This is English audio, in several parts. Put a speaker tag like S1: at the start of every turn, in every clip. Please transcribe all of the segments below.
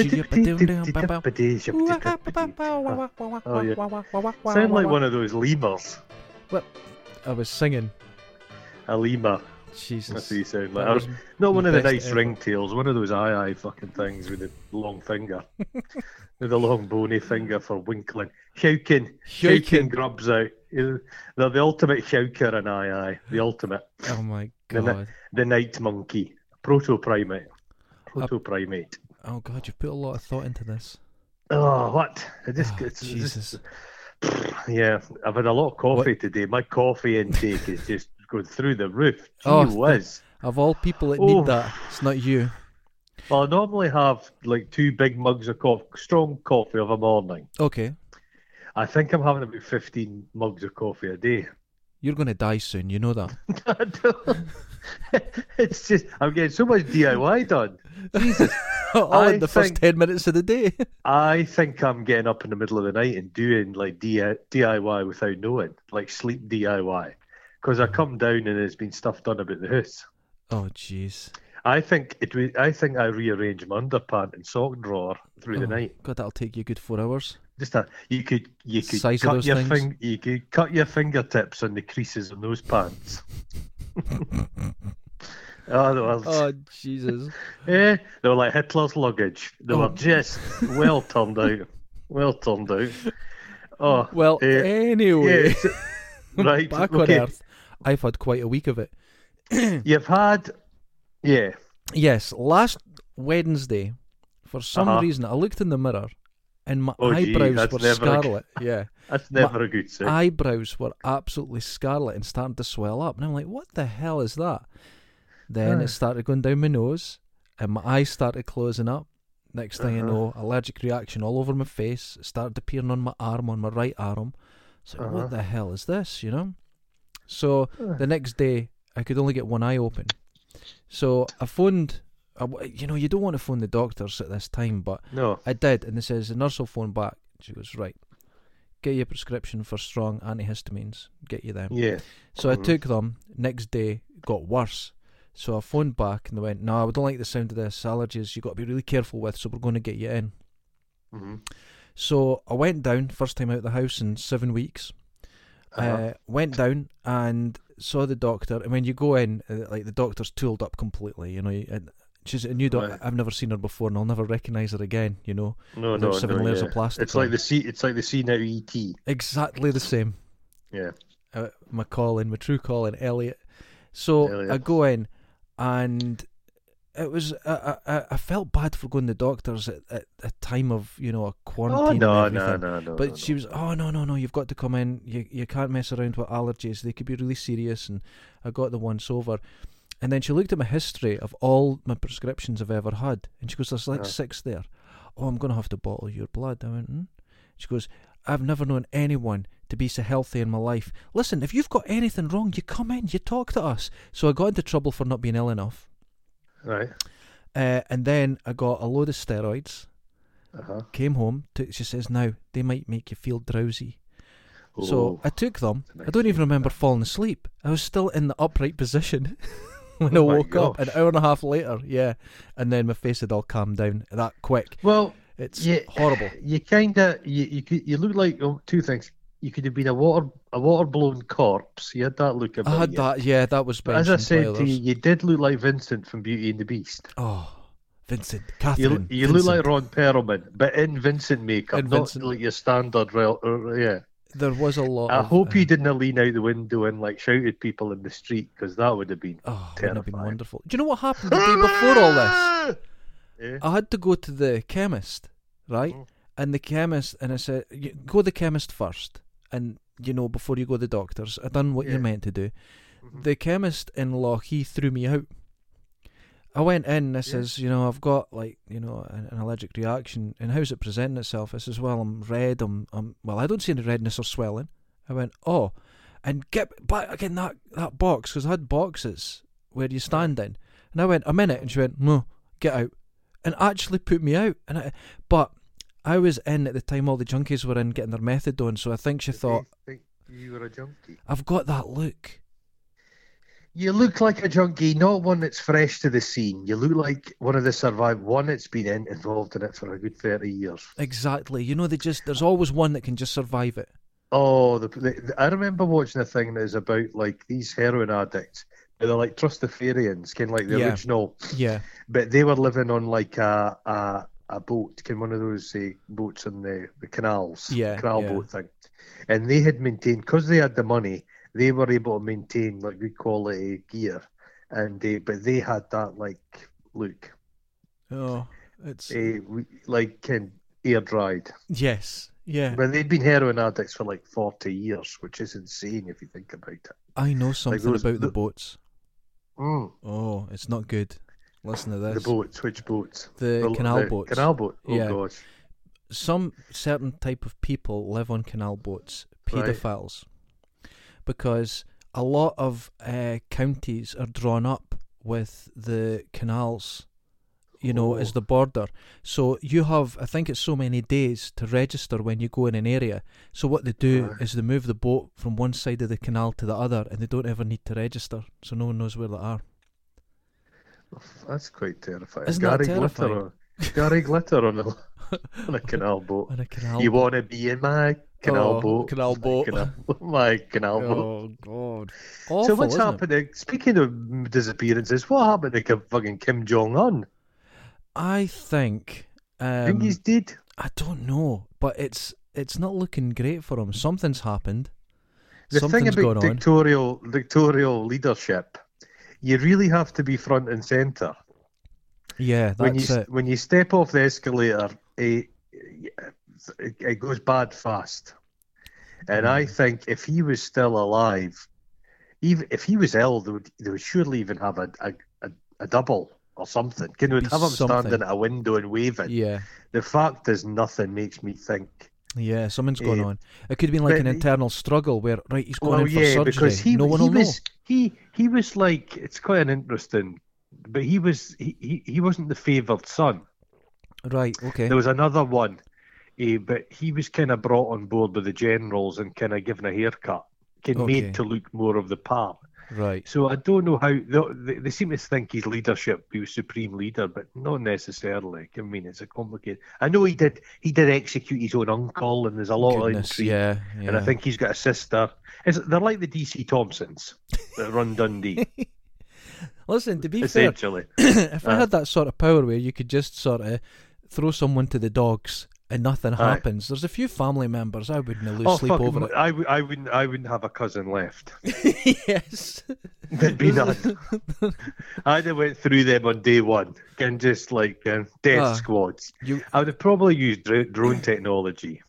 S1: Sound Oh, like one of those lemurs.
S2: I was singing.
S1: A lemur. That's
S2: Jesus.
S1: what you sound like.
S2: That was-
S1: Not one of the
S2: Best
S1: nice
S2: ever.
S1: ringtails, one of those aye aye fucking things with the long finger. with the long bony finger for winkling. Shoukin. Shoukin
S2: Shaking.
S1: grubs out. They're the ultimate shouker and aye aye. The ultimate.
S2: Oh my
S1: The na-
S2: god.
S1: The night monkey. Proto primate. Proto primate.
S2: Oh god, you've put a lot of thought into this.
S1: Oh, what? I just,
S2: Oh,
S1: it's, it's
S2: Jesus.
S1: just- yeah, I've had a lot of coffee today. My coffee intake is just going through the roof. Gee
S2: Oh, th-
S1: whiz.
S2: Of all people that
S1: Oh.
S2: need that, it's not you.
S1: Well, I normally have like two big mugs of coffee, strong coffee of a morning.
S2: Okay.
S1: I think I'm having about 15 mugs of coffee a day.
S2: You're gonna die soon, you know that.
S1: I don't- it's just, I'm getting so much DIY done. Jesus.
S2: all
S1: I
S2: in the first
S1: think-
S2: ten minutes of the day.
S1: I think I'm getting up in the middle of the night and doing like D- DIY without knowing, like sleep DIY. Because I come down and there's been stuff done about the house.
S2: oh jeez.
S1: I think it. Was, I think I rearranged my underpant and sock drawer through
S2: Oh,
S1: the night.
S2: God, that'll take you a good four hours.
S1: Just a, you could you could
S2: Size of
S1: cut
S2: those
S1: your
S2: things.
S1: fing, you could cut your fingertips on the creases on those pants. oh, they were,
S2: Oh Jesus.
S1: eh, they were like Hitler's luggage. They
S2: Oh.
S1: were just well turned out, well turned out. Oh
S2: Well,
S1: eh,
S2: anyway,
S1: yes. right.
S2: Oh, back
S1: okay.
S2: on Earth. I've had quite a week of it.
S1: You've had, yeah.
S2: Yes, last Wednesday, for some
S1: Uh-huh.
S2: reason, I looked in the mirror, and my
S1: Oh, gee,
S2: eyebrows
S1: that's
S2: were
S1: never a good-
S2: scarlet. Yeah,
S1: That's never a good sign.
S2: eyebrows were absolutely scarlet and started to swell up, and I'm like, "What the hell is that?" Then
S1: Aye.
S2: it started going down my nose, and my eyes started closing up. Next thing I
S1: Uh-huh.
S2: know, allergic reaction all over my face. It started appearing on my arm, on my right arm. So
S1: Uh-huh.
S2: what the hell is this? You know. So the next day, I could only get one eye open. So I phoned. I w you know, you don't want to phone the doctors at this time, but
S1: no.
S2: I did, and they says the nurse will phone back. She goes, right, get your prescription for strong antihistamines. Get you them.
S1: Yeah.
S2: So I
S1: Mhm.
S2: took them. Next day, got worse. So I phoned back and they went, no, I don't like the sound of this. Allergies, you got to be really careful with. So we're going to get you in.
S1: hmm
S2: So I went down, first time out of the house in seven weeks.
S1: Uh-huh.
S2: Uh, went down and saw the doctor. And when you go in, uh, like the doctor's tooled up completely. You know, you- and she's a new doctor.
S1: Right.
S2: I've never seen her before, and I'll never recognise her again. You know,
S1: no,
S2: without
S1: no,
S2: seven
S1: no,
S2: layers
S1: yeah.
S2: of plastic.
S1: It's like
S2: on.
S1: the C. It's like the C now. ET.
S2: exactly the same.
S1: Yeah.
S2: uh, my calling, my true calling, Elliot. So
S1: Elliot.
S2: I go in, and it was I, I- I, I felt bad for going to doctors at, at a time of you know a quarantine.
S1: Oh
S2: and
S1: no, no,
S2: everything.
S1: no, no.
S2: But
S1: no,
S2: she was, oh no, no, no! You've got to come in. You you can't mess around with allergies. They could be really serious. And I got the once over. And then she looked at my history of all my prescriptions I've ever had, and she goes, "There's like
S1: Yeah.
S2: six there." Oh, I'm gonna have to bottle your blood. I went. Hmm? She goes, I've never known anyone to be so healthy in my life. Listen, if you've got anything wrong, you come in, you talk to us. So I got into trouble for not being ill enough.
S1: no. right.
S2: Uh, and then I got a load of steroids,
S1: Uh-huh.
S2: came home, took, she says, now they might make you feel drowsy. So
S1: Oh.
S2: I took them.
S1: that's a
S2: I don't
S1: nice
S2: even remember falling asleep. I was still in the upright position when
S1: Oh
S2: I
S1: my
S2: woke up an
S1: gosh.
S2: hour and a half later. Yeah. And then my face had all calmed down that quick.
S1: well,
S2: It's
S1: Yeah.
S2: horrible.
S1: you kind of you you could, you look like oh, two things. You could have been a water a water blown corpse. You had that look about
S2: I had
S1: you.
S2: that, yeah, that was
S1: But as I
S2: mentioned by
S1: said to
S2: others.
S1: you, you did look like Vincent from Beauty and the Beast.
S2: Oh, Vincent,
S1: You,
S2: Catherine.
S1: you look like Ron Perelman, but in Vincent makeup,
S2: In
S1: not
S2: Vincent-
S1: like your standard. Rel- uh, yeah,
S2: There was a lot.
S1: I
S2: of,
S1: hope you
S2: uh,
S1: didn't lean out the window and like shout at people in the street because that would have been
S2: Oh, wouldn't have been
S1: Terrifying.
S2: wonderful. Do you know what happened the day before all this?
S1: Yeah.
S2: I had to go to the chemist, right?
S1: Mm.
S2: And the chemist, and I said, "You- "Go to the chemist first, and you know before you go to the doctors." I done what
S1: Yeah.
S2: you're meant to do.
S1: Mhm.
S2: The chemist in Lochee threw me out. I went in. and I says, "You know, I've got like you know an, an allergic reaction, and how's it presenting itself?" I says, "Well, I'm red. I'm, I'm well. I don't see any redness or swelling." I went, "Oh," and get back in that that box because I had boxes where you stand in. And I went a minute, and she went, "No, get out," and actually put me out. And I, but I was in at the time all the junkies were in getting their methadone, so I think she
S1: Did they
S2: thought,
S1: think you were a junkie.
S2: "I've got that look."
S1: You look like a junkie, not one that's fresh to the scene. You look like one of the survived, one that's been in, involved in it for a good 30 years.
S2: Exactly. You know, they just there's always one that can just survive it.
S1: Oh, the, the, I remember watching a thing that was about like these heroin addicts. They're like Trustafarians, kind of like the
S2: Yeah.
S1: original,
S2: Yeah.
S1: but they were living on like a a, a boat, kind of one of those uh, boats on the, the canals,
S2: Yeah,
S1: canal
S2: yeah.
S1: boat thing. And they had maintained because they had the money, they were able to maintain like good quality gear, and they but they had that like look,
S2: Oh, it's
S1: eh, we like kind air dried.
S2: yes. Yeah.
S1: But they'd been heroin addicts for like forty years, which is insane if you think about it.
S2: I know something
S1: those-
S2: about the
S1: the-
S2: boats.
S1: Mm,
S2: Oh, it's not good. Listen to this.
S1: the boats, which boats?
S2: The canal boats.
S1: Canal boat. Oh
S2: Yeah.
S1: gosh.
S2: Some certain type of people live on canal boats,
S1: Right.
S2: paedophiles, because a lot of uh, counties are drawn up with the canals, you know, as
S1: Oh.
S2: the border. So you have, I think it's so many days to register when you go in an area. So what they do
S1: Right.
S2: is they move the boat from one side of the canal to the other, and they don't ever need to register, so no one knows where they are.
S1: That's quite terrifying.
S2: Isn't that
S1: Gary
S2: terrifying?
S1: Glitter, on, Gary Glitter on a on a canal boat.
S2: On a canal.
S1: you want to be in my canal
S2: Oh,
S1: boat?
S2: canal boat.
S1: My canal, my canal boat.
S2: Oh God! Awful,
S1: so what's
S2: isn't it?
S1: happening? Speaking of disappearances, what happened to Kim, fucking Kim Jong Un?
S2: I think.
S1: I
S2: Um,
S1: think he's dead.
S2: I don't know, but it's it's not looking great for him. Something's happened.
S1: The thing
S2: Something's
S1: about
S2: gone on.
S1: dictatorial dictatorial leadership, you really have to be front and center.
S2: Yeah,
S1: when
S2: that's
S1: you
S2: it.
S1: when you step off the escalator, eh, it, it goes bad fast. And I
S2: Mm.
S1: think if he was still alive, even if he was ill, they would they would surely even have a a, a, a double or something. Can would
S2: Be
S1: have him
S2: something.
S1: standing at a window and waving?
S2: Yeah,
S1: The fact is, nothing makes me think.
S2: yeah, something's going
S1: Eh,
S2: on. It could be like
S1: but
S2: an
S1: he-
S2: internal struggle where right, he's going
S1: well,
S2: in for
S1: Oh, yeah,
S2: surgery.
S1: because he
S2: no one
S1: he
S2: will
S1: was he he was like it's quite an interesting, but he was he he, he wasn't the favoured son.
S2: know. Right? Okay.
S1: There was another one, eh, but he was kind of brought on board by the generals and kind of given a haircut, kind of
S2: Okay.
S1: made to look more of the part.
S2: Right.
S1: So I don't know how they, they seem to think his leadership he was supreme leader, but not necessarily. I mean, it's a complicated. I know he did he did execute his own uncle, and there's a lot of
S2: Goodness.
S1: intrigue.
S2: Yeah. Yeah.
S1: And I think he's got a sister. It's, they're like the DC Thompsons that run Dundee,
S2: Listen, to be fair,
S1: essentially.
S2: if I
S1: Uh,
S2: had that sort of power where you could just sort of throw someone to the dogs and nothing
S1: Aye.
S2: happens, there's a few family members I wouldn't lose
S1: Oh,
S2: sleep
S1: fuck,
S2: over it.
S1: I, w- I, wouldn't, I wouldn't have a cousin left.
S2: yes.
S1: There'd be none. I'd have went through them on day one and just like um, death
S2: Ah.
S1: squads.
S2: You-
S1: I would have probably used dr- drone technology.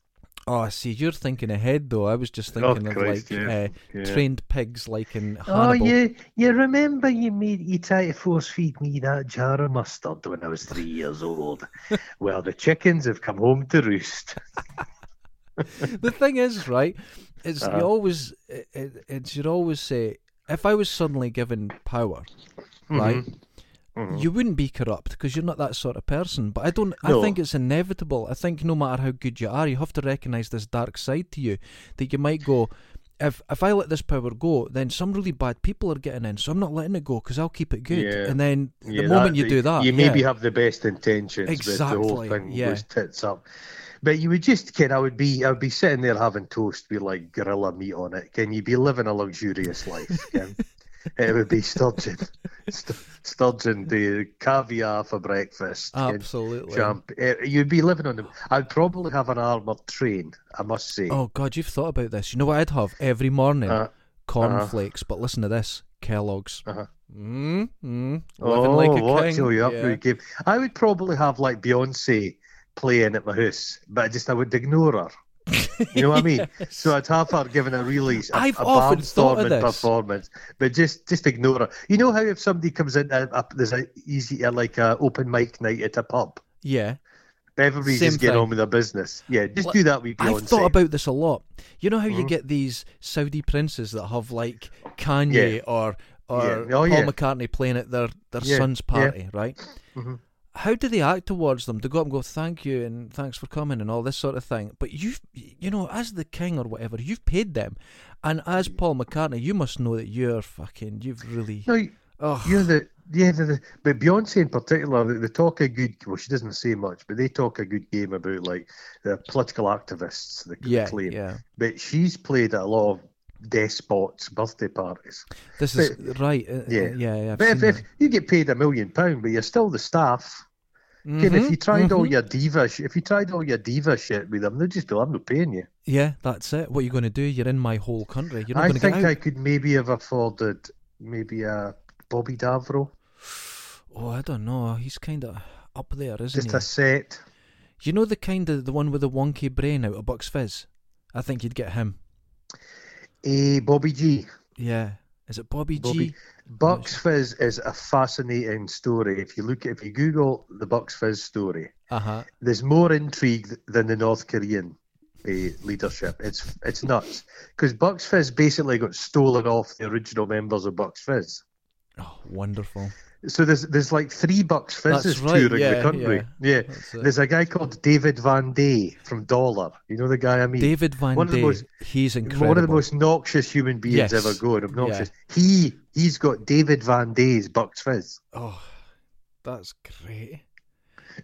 S2: Oh, I see, you're thinking ahead though. I was just
S1: Oh,
S2: thinking of
S1: Christ,
S2: like
S1: yeah.
S2: uh,
S1: Yeah.
S2: trained pigs, like in Hannibal.
S1: Oh, you you remember you made you tried to force feed me that jar of mustard when I was three years old. well, the chickens have come home to roost.
S2: The thing is, right? It's you
S1: Uh-huh.
S2: always it, it, it's you'd always say if I was suddenly given power,
S1: Mm-hmm.
S2: right? You wouldn't be corrupt because you're not that sort of person. But I don't. I
S1: No.
S2: think it's inevitable. I think no matter how good you are, you have to recognise this dark side to you that you might go. If if I let this power go, then some really bad people are getting in. So I'm not letting it go because I'll keep it good.
S1: Yeah.
S2: And then
S1: Yeah,
S2: the moment
S1: that-
S2: you do that,
S1: you maybe
S2: yeah.
S1: have the best intentions, but the whole
S2: Exactly,
S1: thing
S2: yeah.
S1: goes tits up. But you would just, Ken, I would be, I would be sitting there having toast with like gorilla meat on it. Can you be living a luxurious life? Ken? it would be sturgeon, st- sturgeon, the caviar for breakfast. Ken.
S2: absolutely.
S1: Champ, eh, you'd be living on them. I'd probably have an armored train. I must say.
S2: Oh God, you've thought about this. You know what I'd have every morning?
S1: Uh,
S2: Cornflakes. But listen to this, Kellogg's.
S1: Uh-huh.
S2: Mm, mm, living
S1: oh,
S2: like a
S1: what
S2: king.
S1: till you up
S2: Yeah.
S1: to a game? I would probably have like Beyonce playing at my house, but I just I would ignore her. You know what I mean? So I'd have her giving a really a,
S2: I've
S1: a
S2: often thought of
S1: barnstorming
S2: this.
S1: performance, but just just ignore her. You know how if somebody comes in, uh, up there's a easy uh, like a open mic night at a pub,
S2: yeah.
S1: everybody's
S2: Same
S1: just getting
S2: thing.
S1: on with their business. Yeah, just
S2: Well,
S1: do that with Beyonce.
S2: I've thought about this a lot. You know how
S1: Mm-hmm.
S2: you get these Saudi princes that have like Kanye or or
S1: Yeah. Oh,
S2: Paul
S1: yeah.
S2: McCartney playing at their, their
S1: Yeah. Mm-hmm.
S2: son's
S1: Yeah.
S2: party, right? how do they act towards them? They go up and go, "Thank you and thanks for coming" and all this sort of thing. But you've, you know, as the king or whatever, you've paid them, and as Paul McCartney, you must know that you're fucking. You've really.
S1: Mm. No, you-
S2: Oh,
S1: you're the yeah, the, the- but Beyonce in particular, they, they talk a good. Well, she doesn't say much, but they talk a good game about like the political activists. They
S2: yeah,
S1: claim,
S2: yeah.
S1: but she's played at a lot of despots' birthday parties.
S2: This is right. uh,
S1: yeah.
S2: yeah, yeah. I've
S1: But if,
S2: seen
S1: if you get paid a million pound, but you're still the staff.
S2: that.
S1: Again,
S2: Mhm,
S1: if you tried all
S2: mhm.
S1: your diva, sh- if you tried all your diva shit with them, they just go, "I'm not paying you."
S2: yeah, that's it. What are you going to do? You're in my whole country. You're not
S1: I
S2: going to
S1: think
S2: get out.
S1: I could maybe have afforded maybe a Bobby Davro,
S2: Oh, I don't know. He's kind of up there, isn't
S1: just
S2: he?
S1: a set.
S2: You know the kind of the one with the wonky brain out of Bucks Fizz. I think you'd get him.
S1: A Eh, Bobby G.
S2: Yeah. Is it Bobby, G?
S1: Bobby- Bucks Fizz is a fascinating story. If you look, if you Google the Bucks Fizz story,
S2: Uh huh.
S1: there's more intrigue th- than the North Korean eh, leadership. It's it's nuts because Bucks Fizz basically got stolen off the original members of Bucks Fizz.
S2: Oh, wonderful.
S1: So there's there's like three Bucks Fizzes
S2: right,
S1: touring
S2: yeah,
S1: the country. Yeah,
S2: That's it.
S1: there's a guy called David Van Day from Dollar. You know the guy I mean.
S2: David Van
S1: one of the
S2: Day.
S1: most-
S2: he's incredible.
S1: One of the most noxious human beings
S2: Yes.
S1: ever going. Obnoxious. He he's got David Van Day's Bucks Fizz,
S2: Oh, that's great.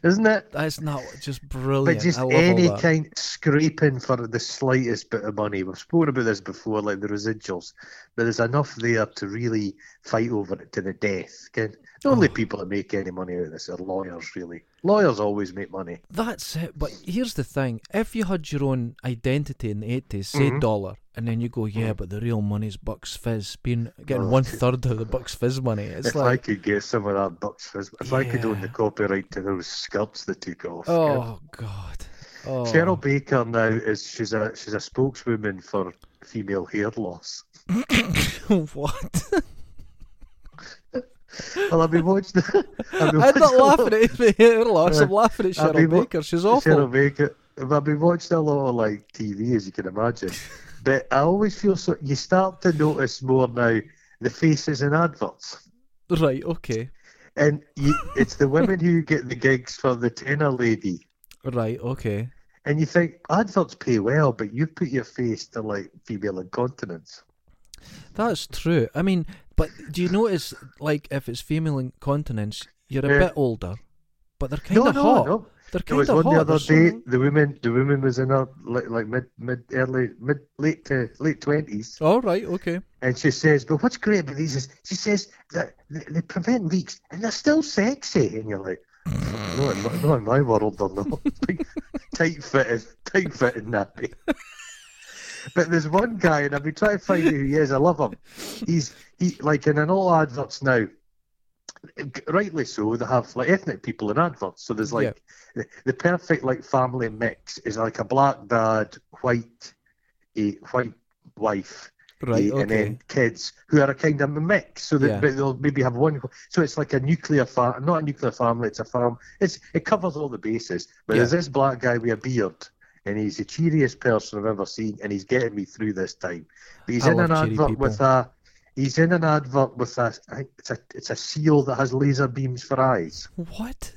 S1: isn't it?
S2: That's not just brilliant.
S1: But just
S2: Oh, I love all
S1: any
S2: that.
S1: kind scraping for the slightest bit of money. We've spoken about this before, like the residuals. But there's enough there to really fight over it to the death. Ken. The
S2: Oh.
S1: only people that make any money out of this are lawyers, really. Lawyers always make money.
S2: That's it. But here's the thing: if you had your own identity in the 80s, say
S1: Mm-hmm.
S2: dollar, and then you go, yeah, but the real money's Bucks Fizz, being getting one third of the Bucks Fizz money. It's
S1: Oh, If I
S2: like,
S1: could get some of that bucks, fizz- if I could own the
S2: Yeah.
S1: copyright to those skirts they took off. Ken.
S2: oh god. Oh,
S1: Cheryl Baker now is she's a she's a spokeswoman for female hair loss.
S2: what?
S1: Well, I've been watching. I've
S2: I'm
S1: been watching
S2: not
S1: a lot-
S2: laughing at it, hair loss. I'm laughing at
S1: I've been
S2: Cheryl
S1: wa-
S2: Baker. She's awful.
S1: Cheryl Baker. I've been watching a lot of like TV, as you can imagine, but I always feel so. You start to notice more now the faces in adverts,
S2: Right. Okay.
S1: and you, it's the women who get the gigs for the tenor lady,
S2: Right. Okay.
S1: and you think adverts pay well, but you put your face to like female incontinence.
S2: That's true. I mean, but do you notice, like, if it's female incontinence, you're a
S1: Yeah.
S2: bit older, but they're kind
S1: no,
S2: of
S1: no,
S2: hot.
S1: no.
S2: They're kind
S1: There was
S2: of
S1: one
S2: hot.
S1: the other
S2: There's
S1: day.
S2: something-
S1: The woman, the woman was in her like, like mid, mid, early, mid, late to late twenties.
S2: All right. Okay.
S1: And she says, but what's great about these is she says that they, they prevent leaks and they're still sexy. And you're like, no, in my, no, in my world, they're not. Like, tight fitted, tight fitted nappy. but there's one guy, and I've been trying to find out who he is. I love him. He's he like in an all adverts now. Rightly so, they have like ethnic people in adverts. So there's like the, the perfect like family mix is like a black dad, white, a white wife,
S2: Right.
S1: eh, and
S2: Okay.
S1: then kids who are a kind of mix. So that
S2: Yeah.
S1: but they'll maybe have one. So it's like a nuclear farm, not a nuclear family. It's a farm. It's it covers all the bases. But
S2: Yeah.
S1: there's this black guy with a beard, and he's the cheeriest person I've ever seen, and he's getting me through this time. But he's
S2: I
S1: in
S2: love
S1: an
S2: cheery
S1: advert with
S2: people.
S1: a. He's in an advert with a. I think It's a it's a seal that has laser beams for eyes,
S2: What?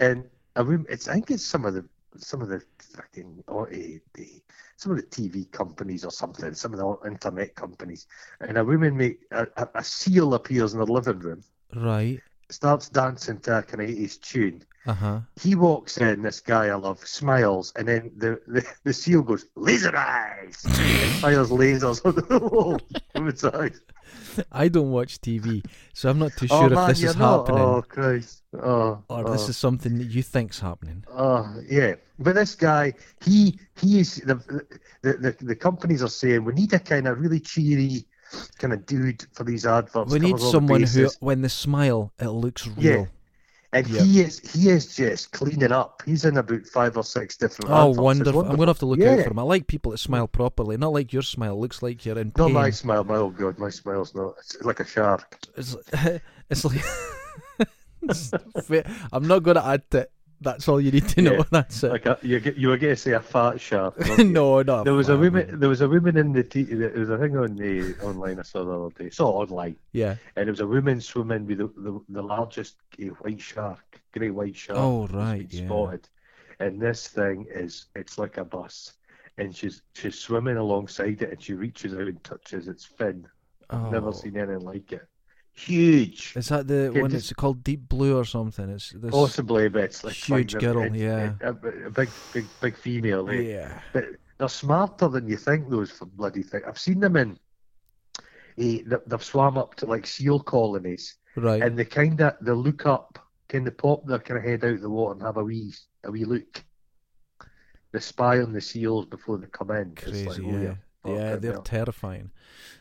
S1: and a room. It's I think it's some of the some of the fucking or eh, the some of the TV companies or something, some of the internet companies, and a woman make a, a, a seal appears in the living room,
S2: Right.
S1: starts dancing to a kind of eighties tune.
S2: Uh huh.
S1: He walks in, this guy I love, smiles, and then the, the, the seal goes laser eyes, and fires lasers on the wall. Woman's eyes.
S2: I don't watch TV, so I'm not too
S1: Oh
S2: sure
S1: man,
S2: if this
S1: you're
S2: is
S1: not.
S2: happening
S1: Oh Christ. Oh,
S2: or
S1: oh.
S2: this is something that you think's happening.
S1: Oh yeah, but this guy, he he is the the, the the companies are saying we need a kind of really cheery kind of dude for these adverts.
S2: We need
S1: covers all the
S2: someone who,
S1: bases.
S2: when they smile, it looks
S1: Yeah.
S2: real.
S1: and
S2: yeah.
S1: he is he is just cleaning up. He's in about five or six different.
S2: Oh,
S1: adverts. It's
S2: wonderful. I'm going to have to look out
S1: Yeah.
S2: for them. I like people that smile properly, not like your smile looks like you're in
S1: Not
S2: pain.
S1: my smile, my oh god, my smile's not. It's like a shark.
S2: It's, it's like. It's- I'm not going to add to it. That's all you need to know.
S1: Yeah.
S2: That's it.
S1: Like a, you, get- you were going to say a fat shark. weren't you?
S2: no, no.
S1: There was a
S2: man.
S1: woman. There was a woman in the. T- there was a thing on the online I saw the other day. Saw online,
S2: Yeah.
S1: and it was a woman swimming with the, the, the largest eh, white shark, great white shark.
S2: Oh
S1: that's
S2: right.
S1: been
S2: Yeah.
S1: spotted. And this thing is it's like a bus. And she's she's swimming alongside it and she reaches out and touches its fin.
S2: Oh.
S1: Never seen anything like it. Huge.
S2: Is that the
S1: Yeah,
S2: one
S1: just-
S2: that's called Deep Blue or something? It's this.
S1: Possibly, but it's like
S2: huge
S1: fucking-
S2: girl,
S1: it's-
S2: yeah.
S1: it- eh, a, a big, big, big female. eh?
S2: Yeah.
S1: They're smarter than you think. Those for bloody thing. I've seen them in. eh, they- They've swam up to like seal colonies,
S2: Right.
S1: and they kind of they look up, kind of pop their kind of head out the water and have a wee a wee look. They spy on the seals before they come in. It's
S2: Crazy.
S1: like, oh,
S2: yeah.
S1: you're
S2: yeah.
S1: fucking
S2: They're
S1: hell.
S2: terrifying.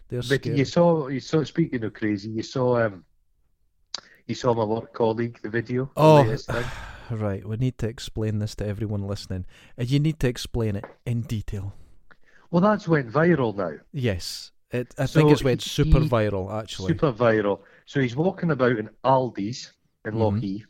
S2: They're
S1: But
S2: scary.
S1: you saw, you saw. Speaking of crazy, you saw, um, you saw my work colleague the video. the
S2: Oh,
S1: latest thing.
S2: right. We need to explain this to everyone listening. And you need to explain it in detail.
S1: well, that's went viral now.
S2: Yes. It, I
S1: So
S2: think it's went
S1: he-
S2: super
S1: he-
S2: viral, actually.
S1: Super viral. So he's walking about in Aldi's in
S2: Mhm.
S1: Lockheed.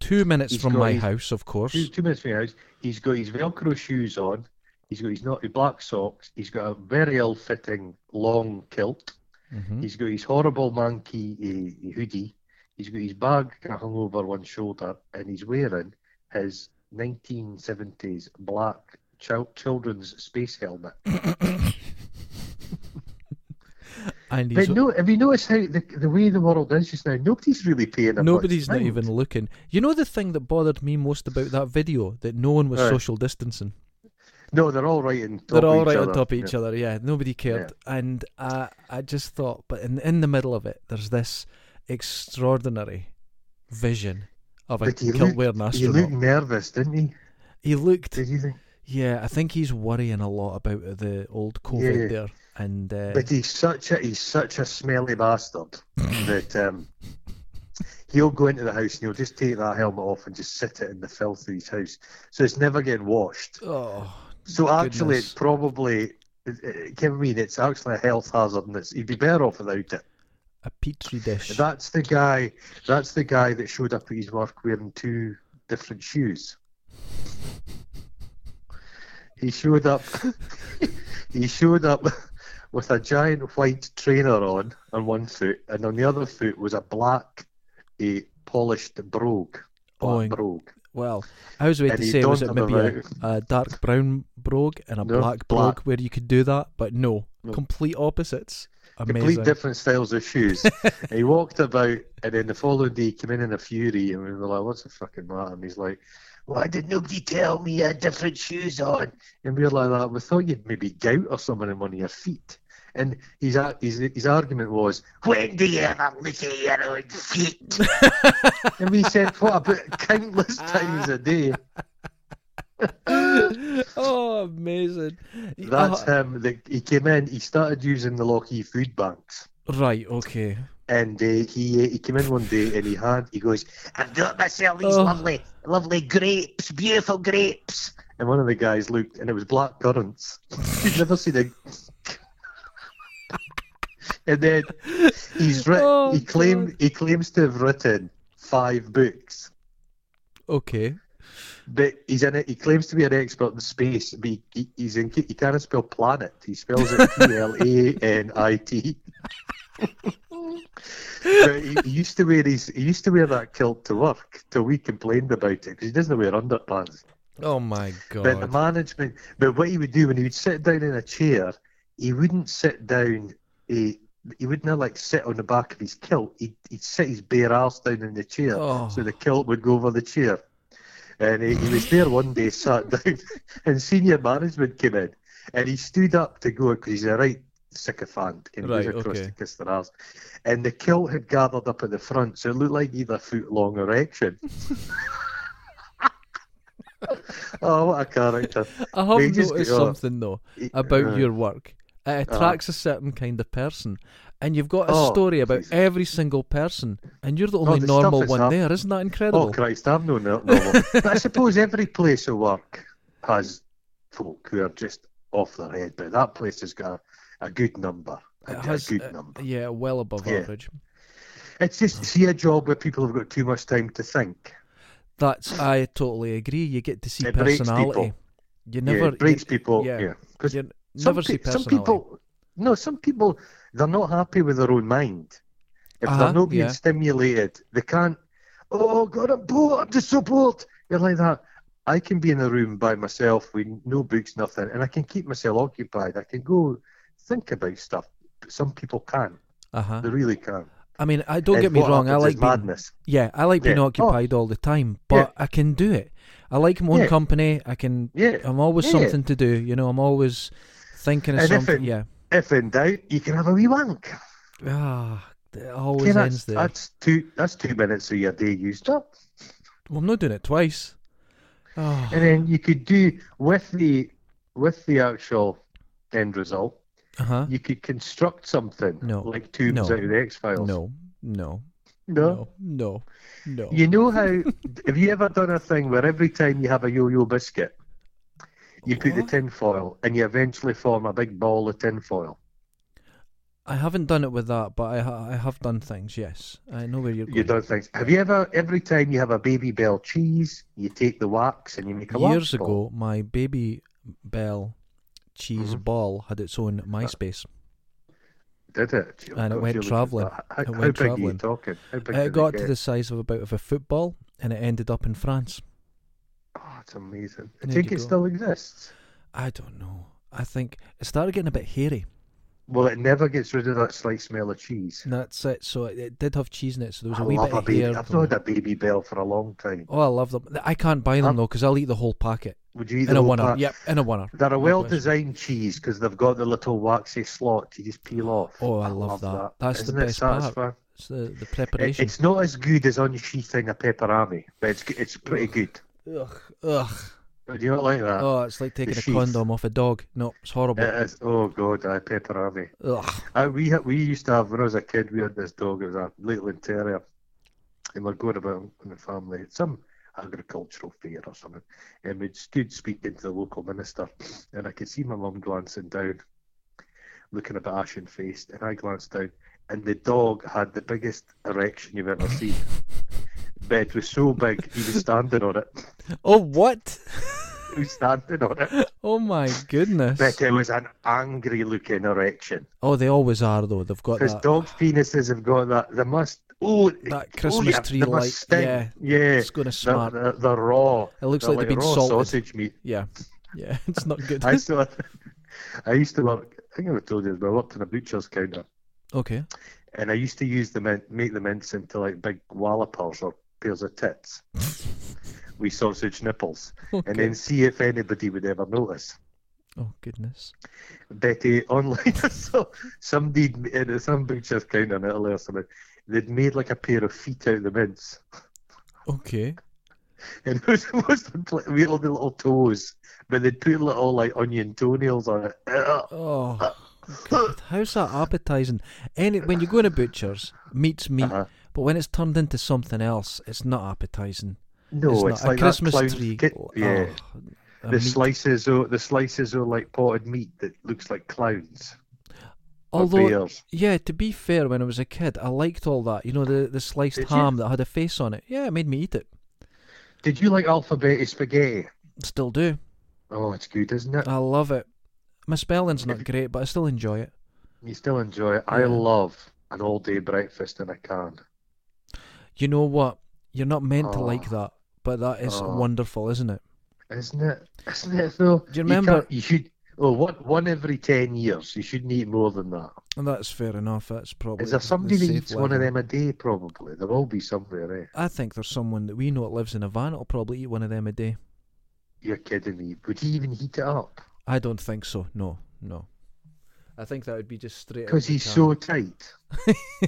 S2: Two minutes
S1: he's
S2: from
S1: got
S2: my
S1: his-
S2: house, of
S1: Two,
S2: course.
S1: two minutes from your house. He's got his Velcro shoes on. He's got his naughty black socks. He's got a very ill-fitting long kilt.
S2: hmm
S1: He's got his horrible manky uh, hoodie. He's got his bag kinda hung over one shoulder, and he's wearing his 1970s black child children's space helmet.
S2: And he's,
S1: But no, have you noticed how the, the way the world is just now? Nobody's really paying. them much
S2: nobody's not
S1: mind.
S2: even looking. You know the thing that bothered me most about that video? That no one was
S1: Right.
S2: social distancing.
S1: No, they're all right in.
S2: They're all right
S1: each
S2: on
S1: other.
S2: top of each
S1: yeah.
S2: other. Yeah, nobody cared, and I I just thought, but in in the middle of it, there's this extraordinary vision of a
S1: But he
S2: kilt
S1: looked-
S2: wearing
S1: He
S2: astronaut.
S1: looked nervous, didn't he?
S2: he looked,
S1: Did you think?
S2: yeah, I think he's worrying a lot about the old COVID
S1: Yeah.
S2: there, and uh,
S1: But he's such a he's such a smelly bastard that um, he'll go into the house and he'll just take that helmet off and just sit it in the filth of his house. So it's never getting washed.
S2: oh,
S1: So actually,
S2: Goodness.
S1: it's probably. It, it, I mean, it's actually a health hazard, and it's, he'd be better off without it.
S2: a petri dish.
S1: That's the guy. That's the guy that showed up at his work wearing two different shoes. He showed up. he showed up with a giant white trainer on on one foot, and on the other foot was a black, a polished brogue.
S2: Oh,
S1: Black
S2: and-
S1: brogue.
S2: well, I was ready
S1: and
S2: to
S1: he
S2: say was
S1: don't
S2: it
S1: have a
S2: maybe a, a dark brown brogue and a
S1: No,
S2: black brogue
S1: black.
S2: where you could do that, but no,
S1: No.
S2: complete opposites. Amazing.
S1: Complete different styles of shoes. And he walked about, and then the following day he came in in a fury, and we were like, "What's the fucking matter?" And he's like, "Why did nobody tell me I had different shoes on?" And we were like, "That we thought you'd maybe gout or something in one of your feet." And his ar- his his argument was, "When do you ever look at your own feet?" and we said, "What about countless times a day?"
S2: oh, amazing.
S1: That's
S2: Uh,
S1: him. The, he came in. He started using the Lockheed food banks.
S2: right, okay.
S1: and uh, he uh, he came in one day and he had he goes I've got myself these
S2: Oh.
S1: lovely lovely grapes beautiful grapes and one of the guys looked and it was black currants he'd never seen a and then he's writ-
S2: Oh,
S1: he claimed he claims to have written five books
S2: Okay.
S1: but he's in it he claims to be an expert in space but he, he- he's in he can't spell planet he spells it P-L-A-N-I-T But he, he used to wear his he used to wear that kilt to work till we complained about it because he doesn't wear underpants.
S2: Oh my
S1: But the
S2: god.
S1: management, but what he would do when he would sit down in a chair, he wouldn't sit down. He he wouldn't like sit on the back of his kilt. He'd, he'd sit his bare arse down in the chair,
S2: Oh.
S1: so the kilt would go over the chair. And he, he was there one day, sat down, and senior management came in, and he stood up to go because he's a right sycophant, and he
S2: Right,
S1: goes across
S2: okay.
S1: to kiss their arse. And the kilt had gathered up at the front, so it looked like either foot long erection. oh, what a character!
S2: I have
S1: they just
S2: noticed
S1: go-
S2: something though
S1: He-
S2: about
S1: uh,
S2: your work. It attracts a certain kind of person, and you've got a
S1: Oh,
S2: story about
S1: Jesus.
S2: every single person, and you're the only
S1: the stuff
S2: normal
S1: that's
S2: one
S1: hap-
S2: there. Isn't that
S1: Oh
S2: incredible?
S1: Christ, I'm no no- normal. but I suppose every place of work has folk who are just off their head, but that place has got a, a good number. A,
S2: It
S1: a
S2: has,
S1: good
S2: uh,
S1: number.
S2: yeah, well above
S1: Yeah.
S2: average.
S1: It's just see a job where people have got too much time to think.
S2: That's I totally agree. You get to see
S1: It breaks
S2: personality.
S1: people.
S2: You
S1: yeah,
S2: never
S1: it breaks
S2: you,
S1: people.
S2: yeah.
S1: Yeah, because
S2: you
S1: some,
S2: never see
S1: pe- some
S2: personality.
S1: people, no, some people they're not happy with their own mind. If
S2: Uh-huh,
S1: they're not being
S2: yeah.
S1: stimulated, they can't. Oh God, I'm bored. I'm just so bored. You're like that. I can be in a room by myself with no books, nothing, and I can keep myself occupied. I can go think about stuff. But some people can.
S2: uh-huh.
S1: They really can.
S2: I mean, I don't
S1: And
S2: get me
S1: what
S2: wrong. I
S1: happens
S2: like
S1: is
S2: being
S1: madness.
S2: Yeah, I like being
S1: Yeah. Oh.
S2: occupied all the time, but I can do it. I like my own
S1: Yeah.
S2: company. I can.
S1: Yeah.
S2: I'm always
S1: Yeah.
S2: something to do. You know, I'm always thinking of
S1: And if
S2: something.
S1: it-
S2: yeah.
S1: If in doubt, you can have a wee wank.
S2: Ah, it
S1: Yeah,
S2: always
S1: that's,
S2: ends there.
S1: that's two. That's two minutes of your day used up.
S2: Well, I'm not doing it twice. Oh,
S1: and then you could do with the with the actual end result
S2: uh-huh.
S1: you could construct something
S2: No.
S1: like tubes
S2: No.
S1: out of the x-files
S2: No, no,
S1: no,
S2: no, no, no.
S1: you know how have you ever done a thing where every time you have a yo-yo biscuit you put the
S2: What?
S1: tin foil and you eventually form a big ball of tin foil
S2: I haven't done it with that, but I ha- I have done things. Yes, I know where you're going.
S1: you done things have you ever every time you have a baby bell cheese you take the wax and you make a wax
S2: Years
S1: ball?
S2: ago, my baby bell cheese
S1: Mhm.
S2: ball had its own MySpace.
S1: did it Gee,
S2: And it
S1: God,
S2: went
S1: you're looking
S2: travelling.
S1: for- how,
S2: It went
S1: how big are you
S2: travelling.
S1: talking how big did
S2: It got to
S1: get?
S2: the size of about of a football, and it ended up in France.
S1: Oh, it's amazing. I
S2: There
S1: think
S2: you
S1: it
S2: go.
S1: still exists.
S2: I don't know. I think it started getting a bit hairy.
S1: Well, it never gets rid of that slight smell of cheese.
S2: And that's it. So it, it did have cheese in it. So there was
S1: I
S2: a wee
S1: love
S2: bit
S1: a
S2: of
S1: baby.
S2: hair.
S1: I've
S2: going-
S1: not had a baby bell for a long time.
S2: Oh, I love them. I can't buy them
S1: Huh?
S2: though because I'll eat the whole packet
S1: Would you eat
S2: in
S1: the
S2: a
S1: whole
S2: winner.
S1: pack?
S2: Yep, in a winner.
S1: They're a
S2: No
S1: well
S2: question.
S1: designed cheese because they've got the little waxy slot to just peel off.
S2: Oh, I love that. That's the
S1: Isn't
S2: best
S1: it
S2: part.
S1: satisfying?
S2: It's the the
S1: It,
S2: preparation.
S1: it's not as good as unsheathing a pepperami, but it's g- it's pretty good.
S2: Ugh,
S1: Uh,
S2: ugh.
S1: Do you not like that?
S2: Oh, it's like taking a
S1: sheath.
S2: condom off a dog. No, it's horrible.
S1: It is. Oh god, I pepperami.
S2: ugh.
S1: Uh, we had- we used to have when I was a kid. We had this dog. It was a Leyland Terrier, and we're going about in the family at some agricultural fair or something, and we stood speaking to the local minister, and I could see my mum glancing down, looking a bit ashen faced, and I glanced down, and the dog had the biggest erection you've ever seen. Bed was so big he was standing on it.
S2: Oh what?
S1: He was standing on it.
S2: oh my
S1: But
S2: goodness.
S1: it was an angry looking erection.
S2: Oh, they always are though. They've got
S1: Because
S2: that.
S1: dogs' penises have got that. They must. Oh,
S2: That
S1: oh,
S2: Christmas
S1: yeah,
S2: tree
S1: they must
S2: light,
S1: stink.
S2: yeah.
S1: yeah.
S2: It's gonna
S1: They're,
S2: smart.
S1: they're, they're raw.
S2: It looks
S1: They're
S2: like they've been
S1: raw
S2: salted.
S1: sausage meat.
S2: Yeah, yeah. It's not good.
S1: I used to. I used to work. I think I told you this, but I worked in a butcher's counter,
S2: okay.
S1: and I used to use the min- make the mince into like big wallopers or pairs of tits, with sausage nipples,
S2: okay.
S1: and then see if anybody would ever notice.
S2: Oh goodness.
S1: Betty online. so somebody had made- in some butcher's counter in Italy or something, they'd made like a pair of feet out of the mince.
S2: Okay.
S1: And it was supposed to play with all the little toes, but they'd put little like onion toenails on it. Uh, Ugh.
S2: Oh. God, how's that appetizing? Any when you go into butchers, meat's meat,
S1: Uh-huh.
S2: but when it's turned into something else, it's not appetizing.
S1: No, it's,
S2: not a
S1: like
S2: Christmas
S1: that clown
S2: tree.
S1: kit-
S2: oh,
S1: yeah,
S2: a meat-
S1: the slices of the slices of like potted meat that looks like clowns. or
S2: Although,
S1: bears.
S2: yeah, to be fair, when I was a kid, I liked all that. You know, the the sliced
S1: Did you?
S2: ham that had a face on it. Yeah, it made me eat it.
S1: Did you like alphabet spaghetti?
S2: Still do.
S1: Oh, it's good, isn't it?
S2: I love it. My spelling's not great, but I still enjoy it.
S1: You still enjoy it. I
S2: Yeah.
S1: love an all-day breakfast in a can.
S2: You know what? You're not meant to
S1: Oh.
S2: like that, but that is
S1: Oh.
S2: wonderful, isn't it?
S1: Isn't it? Isn't it though?
S2: Do you remember-
S1: can't- You, should. Oh, one one every ten years. You shouldn't eat more than that.
S2: And that's fair enough. That's probably
S1: Is there
S2: the
S1: somebody that
S2: safe
S1: eats one of
S2: level.
S1: them a day? Probably. There will be somewhere. Eh?
S2: I think there's someone that we know that lives in a van that'll probably eat one of them a day.
S1: You're kidding me. Would he even heat it up?
S2: I don't think so. No, no. I think that would be just straight. out
S1: Because
S2: the
S1: he's
S2: can.
S1: so tight.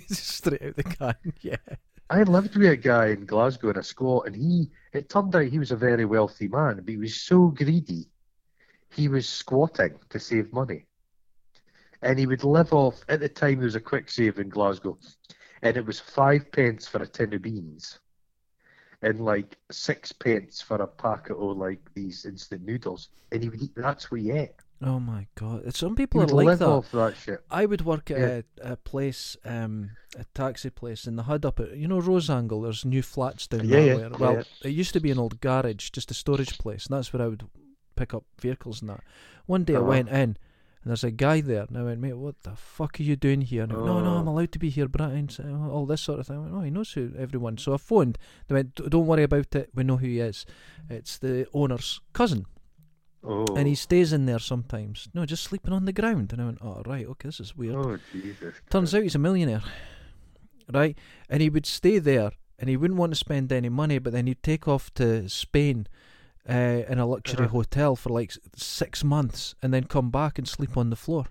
S2: Just straight out the can. Yeah.
S1: I lived with a guy in Glasgow in a squat, and he it turned out he was a very wealthy man, but he was so greedy, he was squatting to save money, and he would live off. At the time, there was a quick save in Glasgow, and it was five pence for a tin of beans, and like six pence for a packet of like these instant noodles, and he would eat. That's what he ate.
S2: Oh my god! Some
S1: You
S2: people are
S1: would
S2: like
S1: live
S2: that.
S1: off that shit.
S2: I would work at
S1: Yeah.
S2: a, a place, um, a taxi place in the HUD up at you know Roseangle. There's new flats down
S1: Yeah,
S2: that
S1: yeah,
S2: way.
S1: yeah,
S2: Well,
S1: yeah.
S2: it used to be an old garage, just a storage place, and that's where I would pick up vehicles and that. One day
S1: Uh-huh.
S2: I went in, and there's a guy there, and I went, "Mate, what the fuck are you doing here?" And he went, no, no,
S1: Oh.
S2: I'm allowed to be here, Brian. So, all this sort of thing. I went, "Oh, he knows who everyone." So I phoned. They went, "D- "Don't worry about it. We know who he is. It's the owner's cousin."
S1: Oh,
S2: And he stays in there sometimes. No, just sleeping on the ground. And I went, oh, right, okay, this is weird.
S1: oh Jesus.
S2: Turns out he's a millionaire, right? And he would stay there and he wouldn't want to spend any money, but then he'd take off to Spain uh, in a luxury
S1: Uh-huh.
S2: hotel for like s- six months and then come back and sleep on the floor.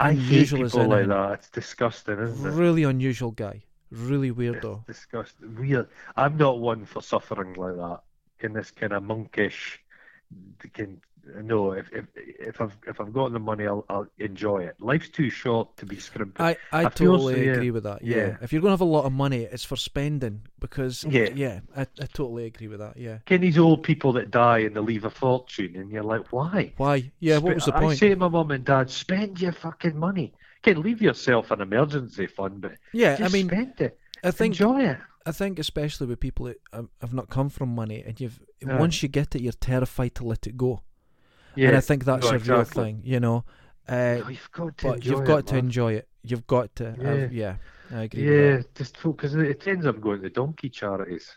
S1: I hate
S2: unusual
S1: people
S2: as
S1: like
S2: anything.
S1: that. It's disgusting, isn't it?
S2: Really unusual guy. Really
S1: It's
S2: weirdo.
S1: disgusting. Weird. I'm not one for suffering like that in this kind of monkish. Can, no, if, if if I've if I've got the money, I'll, I'll enjoy it. Life's too short to be scrimping.
S2: I, I,
S1: I feel so,
S2: totally
S1: yeah.
S2: agree with that. Yeah.
S1: Yeah.
S2: If you're going to have a lot of money, it's for spending because, yeah,
S1: Yeah.
S2: yeah I, I totally agree with that. Yeah.
S1: Can these old people that die and they leave a fortune, and you're like, why?
S2: Why? Yeah, what
S1: Spe-
S2: was the
S1: I
S2: point?
S1: say to my mum and dad, spend your fucking money. Can leave yourself an emergency fund, but
S2: Yeah, I
S1: just
S2: mean,
S1: spend it.
S2: I think
S1: enjoy it.
S2: I think especially with people that um, have not come from money, and you've
S1: Aye.
S2: once you get it, you're terrified to let it go.
S1: Yeah,
S2: and I think that's
S1: no,
S2: a
S1: exactly.
S2: real thing, you know. Uh,
S1: No, you've got to
S2: but
S1: enjoy
S2: you've
S1: it,
S2: got to
S1: man.
S2: enjoy it. You've got to. Yeah,
S1: Yeah.
S2: yeah I agree. with
S1: Yeah, just because it ends up going to donkey charities.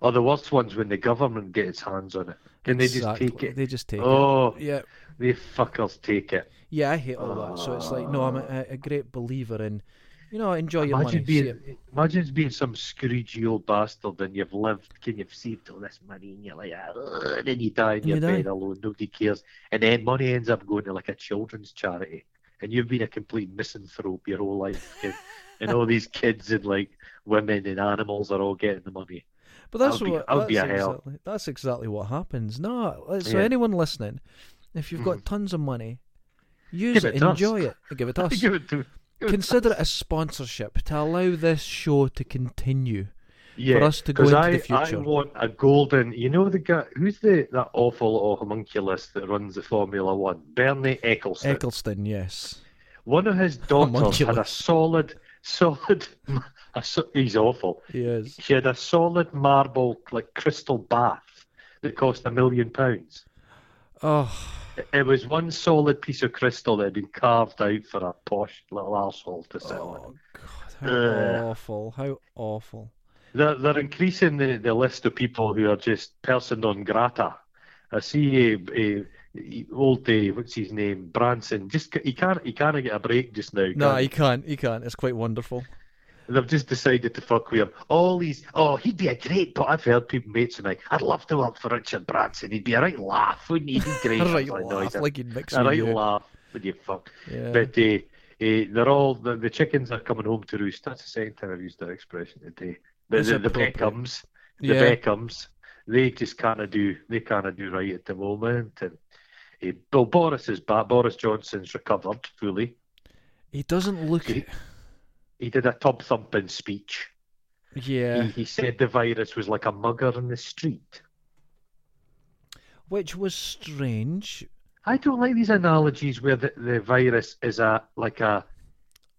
S1: Or the worst ones when the government get its hands on it.
S2: that.
S1: Can
S2: Exactly.
S1: they just take it?
S2: They just take
S1: oh,
S2: it. Yeah,
S1: they fuckers take it.
S2: yeah. I hate all that. So it's like, no, I'm a, a great believer in, you know, enjoy your money.
S1: Imagine
S2: see
S1: being,
S2: it.
S1: imagine being some scroogey old bastard and you've lived, can you've saved all this money and you're like, "Ugh," and then you die in
S2: And
S1: your
S2: you
S1: bed
S2: die.
S1: alone, nobody cares. And then money ends up going to like a children's charity. And you've been a complete misanthrope your whole life. And, and all these kids and like women and animals are all getting the money.
S2: But that's
S1: I'll be-
S2: what
S1: I'll
S2: that's
S1: be a hell.
S2: exactly, that's exactly what happens. No, like, so
S1: Yeah. Mm-hmm.
S2: anyone listening, if you've got tons of money, use
S1: Give
S2: it,
S1: it to us.
S2: enjoy it, give it to us.
S1: Give it to give it to
S2: Consider it a sponsorship to allow this show to continue.
S1: yeah,
S2: us to go
S1: 'cause
S2: into the
S1: I,
S2: future.
S1: I want a golden. You know the guy who's the that awful old homunculus that runs the Formula One, Bernie Ecclestone.
S2: Eccleston, yes.
S1: One of
S2: Oh,
S1: his daughters had a
S2: Homunculus.
S1: solid, solid. A, so- he's awful.
S2: Yes.
S1: She had a solid marble like crystal bath that cost a million pounds.
S2: Oh,
S1: It- It was one solid piece of crystal that had been carved out for a posh little arsehole to sit on.
S2: oh God, how
S1: Ugh.
S2: awful. How awful.
S1: They're, they're increasing the, the list of people who are just person non grata. I see a, a, a old uh, what's his name Branson. Just c- he can't he can't get a break just now.
S2: No,
S1: can
S2: you can't. You can't. It's quite wonderful.
S1: he? they've just decided to fuck with him. All these oh he'd be a great. But I've heard people mates and I. I'd love to work for Richard Branson. He'd be a right laugh, wouldn't he? He'd be great.
S2: A right
S1: I was like, no,
S2: laugh,
S1: he's a-
S2: like you'd mix
S1: a
S2: with
S1: right
S2: you.
S1: laugh. Would you fuck?
S2: Yeah.
S1: But uh, uh, they're all the, the chickens are coming home to roost. That's the second time I've used that expression today. The,
S2: It's
S1: the, the
S2: appropriate.
S1: Beckhams, the
S2: Yeah.
S1: Beckhams, they just can't do they can't do right at the moment. And uh, Bill Boris is back. Boris Johnson's recovered fully.
S2: He doesn't look it.
S1: He did a tub thumping speech.
S2: Yeah.
S1: He, he said the virus was like a mugger in the street.
S2: Which was strange.
S1: I don't like these analogies where the, the virus is a like a,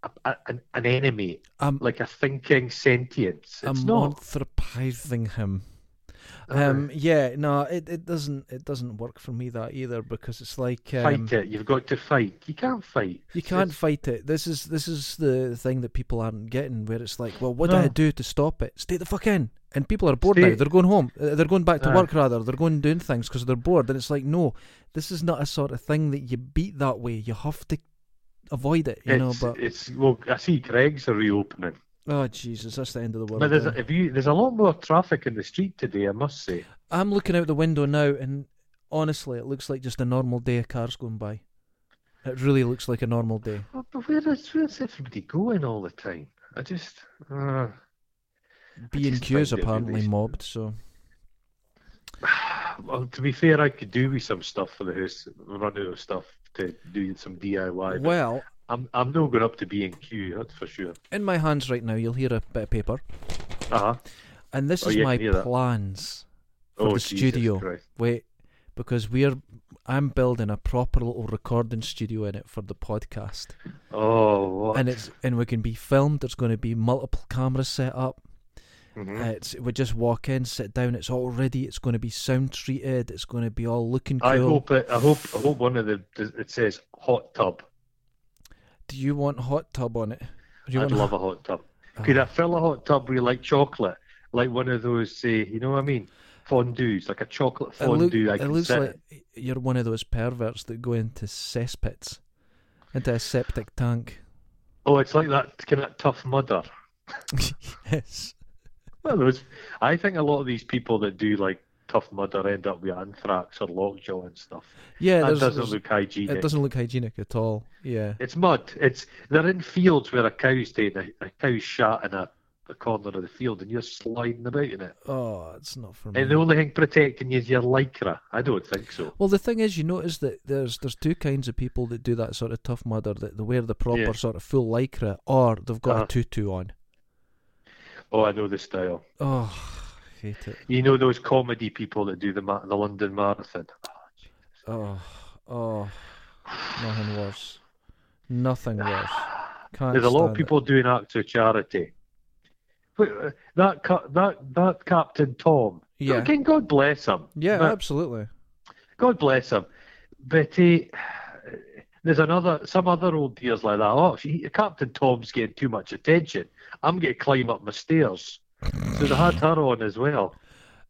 S1: a, a- an, an enemy,
S2: Um,
S1: like a thinking sentience. It's
S2: I'm
S1: not.
S2: anthropizing him. Um, yeah, no, it, it doesn't it doesn't work for me that either because it's like um,
S1: fight it. You've got to fight. You can't fight.
S2: you
S1: It's-
S2: can't fight it. This is this is the thing that people aren't getting where it's like, well, what do I
S1: No.
S2: do to stop it? Stay the fuck in. And people are bored
S1: Stay-
S2: now. They're going home. Uh, They're going back to
S1: Aye.
S2: work rather. They're going doing things because they're bored. And it's like, no, this is not a sort of thing that you beat that way. You have to avoid it, you know.
S1: it's-
S2: But
S1: it's well, I see Greg's are reopening,
S2: oh Jesus, that's the end of the world.
S1: but there's
S2: then.
S1: a, if you there's a lot more traffic in the street today. I must say.
S2: I'm looking out the window now, and honestly, it looks like just a normal day of cars going by. It really looks like a normal day.
S1: Oh, But where is where's everybody going all the time? I just uh,
S2: B and Q's
S1: find it
S2: apparently
S1: really-
S2: mobbed, so
S1: well, to be fair, I could do with some stuff for the house, run out of stuff to do some DIY. But
S2: well.
S1: I'm I'm no going up to B and Q. That's for sure.
S2: In my hands right now, you'll hear a bit of paper,
S1: Uh huh.
S2: and this
S1: Oh,
S2: is
S1: yeah, I
S2: my
S1: can hear that.
S2: plans for
S1: Oh,
S2: the
S1: Jesus
S2: studio.
S1: Christ.
S2: Wait, because we're I'm building a proper little recording studio in it for the podcast,
S1: Oh, what?
S2: and it's and we can be filmed. There's going to be multiple cameras set up.
S1: Mhm.
S2: Uh, It's we just walk in, sit down. It's all ready. It's going to be sound treated. It's going to be all looking cool.
S1: I hope it. I hope. I hope one of the it says hot tub.
S2: Do you want hot tub on it? Do you Oh.
S1: I'd
S2: want
S1: love a hot tub. Could I fill a hot tub with like chocolate, like one of those? Uh, you know what I mean? Fondues, like a chocolate
S2: it, look-
S1: fondue. I
S2: it
S1: can
S2: looks
S1: sit
S2: like you're one of those perverts that go into cesspits, into a septic tank.
S1: Oh, it's like that kind of tough mudder.
S2: yes.
S1: Well, those, I think a lot of these people that do like tough mudder end up with anthrax or lockjaw and stuff.
S2: Yeah,
S1: that
S2: there's,
S1: doesn't
S2: there's-
S1: look hygienic.
S2: it doesn't look hygienic at all. Yeah.
S1: It's mud. It's they're in fields where a cow's taking a, a cow's shot in a, a corner of the field, and you're sliding about in it.
S2: Oh, it's not for me.
S1: And the only thing protecting you is your lycra. I don't think so.
S2: Well, the thing is, you notice that there's there's two kinds of people that do that sort of tough mudder that they wear the proper
S1: Yeah.
S2: sort of full lycra or they've got
S1: Uh-huh.
S2: a tutu on.
S1: Oh, I know the style.
S2: Oh, hate it.
S1: You know those comedy people that do the ma- the London Marathon.
S2: Oh, oh, nothing worse. Nothing worse. Can't
S1: There's a lot
S2: stand
S1: of
S2: it.
S1: people doing acts of charity. Wait, uh, That ca- that that Captain Tom.
S2: Yeah.
S1: Again, God bless him.
S2: Yeah,
S1: But-
S2: absolutely.
S1: God bless him. But he, there's another, some other old dears like that. Oh, she, Captain Tom's getting too much attention. I'm going to climb up my stairs. So they had her on as well.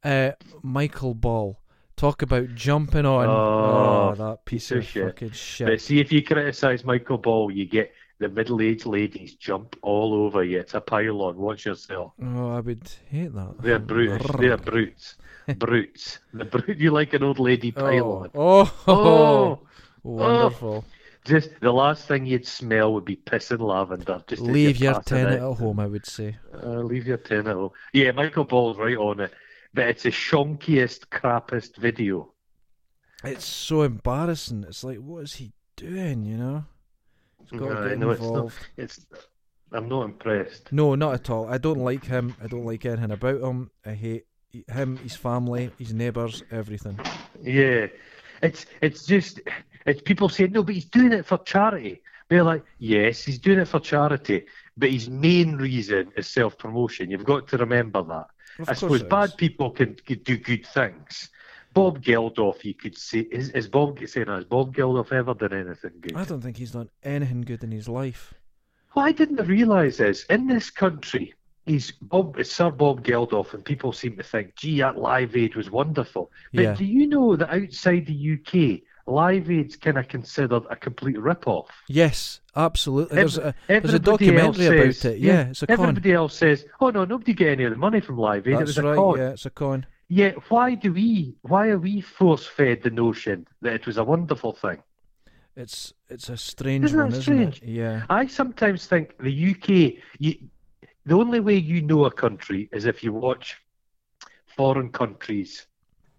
S2: Uh, Michael Ball. Talk about jumping on.
S1: Oh,
S2: that piece
S1: piece of
S2: of
S1: shit.
S2: fucking
S1: But
S2: shit.
S1: see, if you criticise Michael Ball, you get the middle-aged ladies jump all over you. It's a pylon. Watch yourself.
S2: Oh, I would hate that.
S1: They're brutish. They're brutes. Brutes. The brute. You like an old lady
S2: Oh,
S1: pylon.
S2: oh,
S1: Oh,
S2: wonderful.
S1: just the last thing you'd smell would be piss and lavender. Just as
S2: Leave
S1: you're
S2: your
S1: passing
S2: tenant
S1: out.
S2: at home, I would say.
S1: Uh, leave your ten at home. Yeah, Michael Ball's right on it. But it's the shonkiest, crappiest video.
S2: It's so embarrassing. It's like, what is he doing? You know, it's got
S1: Uh,
S2: to get
S1: no, it's not.
S2: involved.
S1: It's I'm not impressed.
S2: No, not at all. I don't like him. I don't like anything about him. I hate him, his family, his neighbours, everything.
S1: Yeah. It's it's just it's people saying, No, but he's doing it for charity. They're like, Yes, he's doing it for charity. But his main reason is self promotion. You've got to remember that.
S2: Of
S1: I
S2: course
S1: suppose
S2: it is.
S1: bad people can, can do good things. Bob Geldof, you could say, is, is Bob saying that? Has Bob Geldof ever done anything good?
S2: I don't think he's done anything good in his life.
S1: What I didn't realise is in this country, he's Bob, it's Sir Bob Geldof, and people seem to think, gee, that Live Aid was wonderful. But
S2: Yeah.
S1: do you know that outside the UK, Live Aid's kind of considered a complete rip off?
S2: Yes, absolutely. There's a,
S1: Ev-
S2: there's a
S1: everybody else
S2: documentary about
S1: says-
S2: it. Yeah, it's a con.
S1: Everybody else says, oh no, nobody get any of the money from Live Aid. it was
S2: That's
S1: a
S2: right.
S1: con.
S2: Yeah, it's a con.
S1: Yet why do we, why are we force fed the notion that it was a wonderful thing?
S2: It's it's a strange
S1: Isn't that
S2: one, isn't
S1: strange?
S2: it? Yeah.
S1: I sometimes think the UK, you, the only way you know a country is if you watch foreign countries'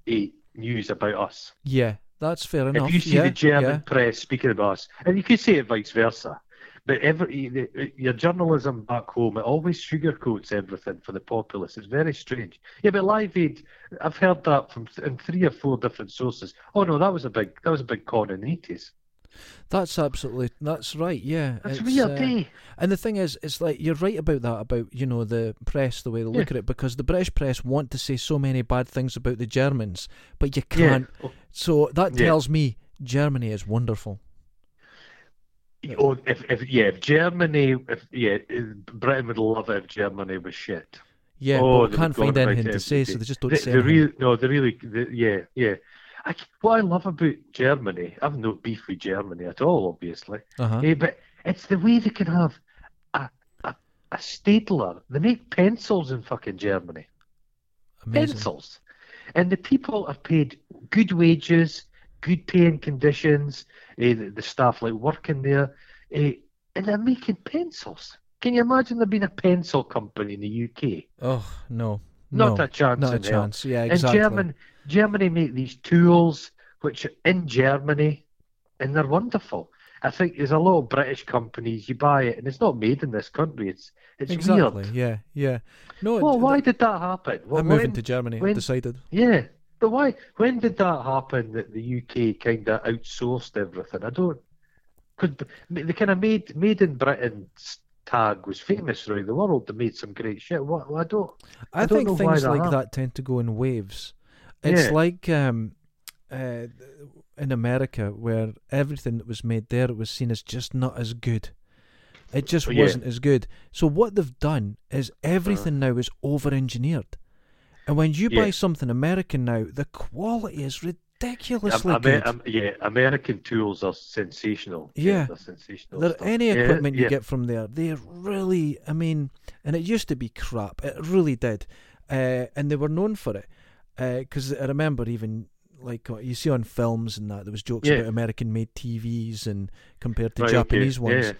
S1: eh, news about us.
S2: Yeah, that's fair enough.
S1: if you see
S2: yeah,
S1: the German
S2: yeah.
S1: press speaking about us, and you could say it vice versa, but every the, your journalism back home it always sugarcoats everything for the populace. It's very strange. Yeah, but Live Aid, I've heard that from th- in three or four different sources. Oh no, that was a big that was a big con in the eighties.
S2: That's absolutely. That's right. Yeah.
S1: That's
S2: it's,
S1: weird,
S2: uh,
S1: eh?
S2: And the thing is, it's like you're right about that about you know the press, the way they look at it, because the British press want to say so many bad things about the Germans, but you
S1: Yeah. Oh,
S2: can't. So that
S1: Yeah.
S2: tells me Germany is wonderful.
S1: Oh, if, if yeah, if Germany, if yeah, if Britain would love it if Germany was shit.
S2: Yeah,
S1: oh,
S2: but
S1: they
S2: we can't
S1: would go
S2: find
S1: on about
S2: anything to
S1: it
S2: say,
S1: every
S2: so
S1: day.
S2: they just don't
S1: they,
S2: say
S1: they
S2: anything.
S1: really, no, they really, they, yeah, yeah. I, what I love about Germany, I've no beef with Germany at all, obviously.
S2: uh-huh.
S1: Eh, but it's the way they can have a, a a stapler. They make pencils in fucking Germany
S2: Amazing.
S1: pencils. And the people are paid good wages, good paying conditions. eh, the, the staff like working there, eh, and they're making pencils. Can you imagine there being a pencil company in the UK?
S2: Oh no,
S1: Not
S2: no,
S1: a chance.
S2: not a
S1: in hell.
S2: chance. Yeah, exactly.
S1: And German, Germany make these tools which are in Germany, and they're wonderful. I think there's a lot of British companies. You buy it, and it's not made in this country. It's it's
S2: exactly.
S1: weird.
S2: Yeah, yeah. No, it-
S1: Well, why did that happen? Well,
S2: I'm moving
S1: when-
S2: to Germany. I've
S1: when-
S2: decided.
S1: yeah. But why? When did that happen? That the UK kind of outsourced everything. I don't. Could the kind of made made in Britain tag was famous around the world. They made some great shit. What I don't.
S2: I,
S1: I don't
S2: think
S1: know why
S2: things
S1: that
S2: like
S1: happened.
S2: that tend to go in waves. It's
S1: Yeah.
S2: like um, uh, in America where everything that was made there was seen as just not as good. It just
S1: Oh, Yeah. Uh-huh.
S2: wasn't as good. So what they've done is everything now is over-engineered. And when you buy
S1: Yeah.
S2: something American now, the quality is ridiculously
S1: Am-
S2: good.
S1: Amer- am- yeah, American tools are sensational.
S2: Yeah.
S1: they're sensational.
S2: There,
S1: stuff.
S2: any
S1: Yeah,
S2: equipment you
S1: yeah.
S2: get from there, they're really, I mean, and it used to be crap. It really did. Uh, and they were known for it. Because I remember even, like, what you see on films and that, there was jokes
S1: Yeah.
S2: about American made TVs and compared to
S1: Right, okay,
S2: Japanese ones.
S1: yeah.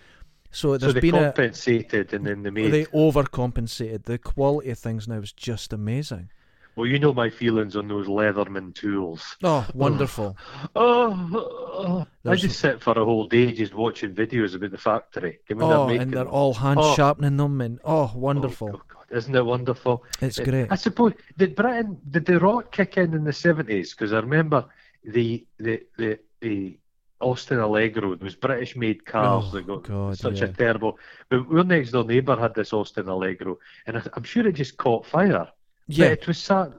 S2: So there's
S1: So they
S2: been a.
S1: compensated, and then they made.
S2: They overcompensated. The quality of things now is just amazing.
S1: Well, you know my feelings on those Leatherman tools.
S2: Oh, wonderful.
S1: Oh, oh, I
S2: There's-
S1: just sit for a whole day just watching videos about the factory. I mean,
S2: oh,
S1: they're
S2: and
S1: making
S2: they're
S1: them.
S2: all hand
S1: Oh.
S2: sharpening them, and oh,
S1: Oh,
S2: wonderful.
S1: God, God, isn't it wonderful?
S2: It's
S1: Uh,
S2: great.
S1: I suppose did Britain did the rock kick in in the seventies? Because I remember the the the the Austin Allegro those British made cars
S2: Oh,
S1: that got
S2: God,
S1: such a
S2: yeah.
S1: terrible. But our next door neighbour had this Austin Allegro, and I, I'm sure it just caught fire.
S2: yeah,
S1: But it was sat.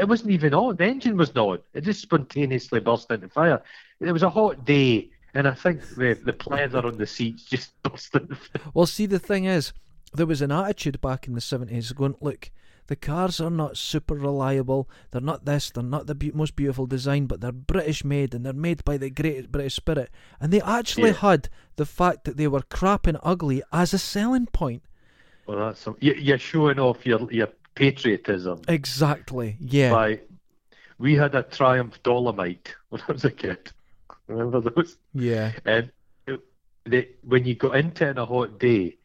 S1: It wasn't even on. The engine was not on. It just spontaneously burst into fire. It was a hot day, and I think the the pleather on the seats just burst into fire.
S2: Well, see, the thing is, there was an attitude back in the 70s going, look, the cars are not super reliable. They're not this, they're not the be- most beautiful design, but they're British made and they're made by the great British spirit. And they actually
S1: Yeah.
S2: had the fact that they were crap and ugly as a selling point.
S1: Well, that's some, you, you're showing off your your patriotism.
S2: Exactly. Yeah.
S1: by we had a Triumph Dolomite when I was a kid. Remember those?
S2: Yeah.
S1: And it- they, when you got into it on a hot day,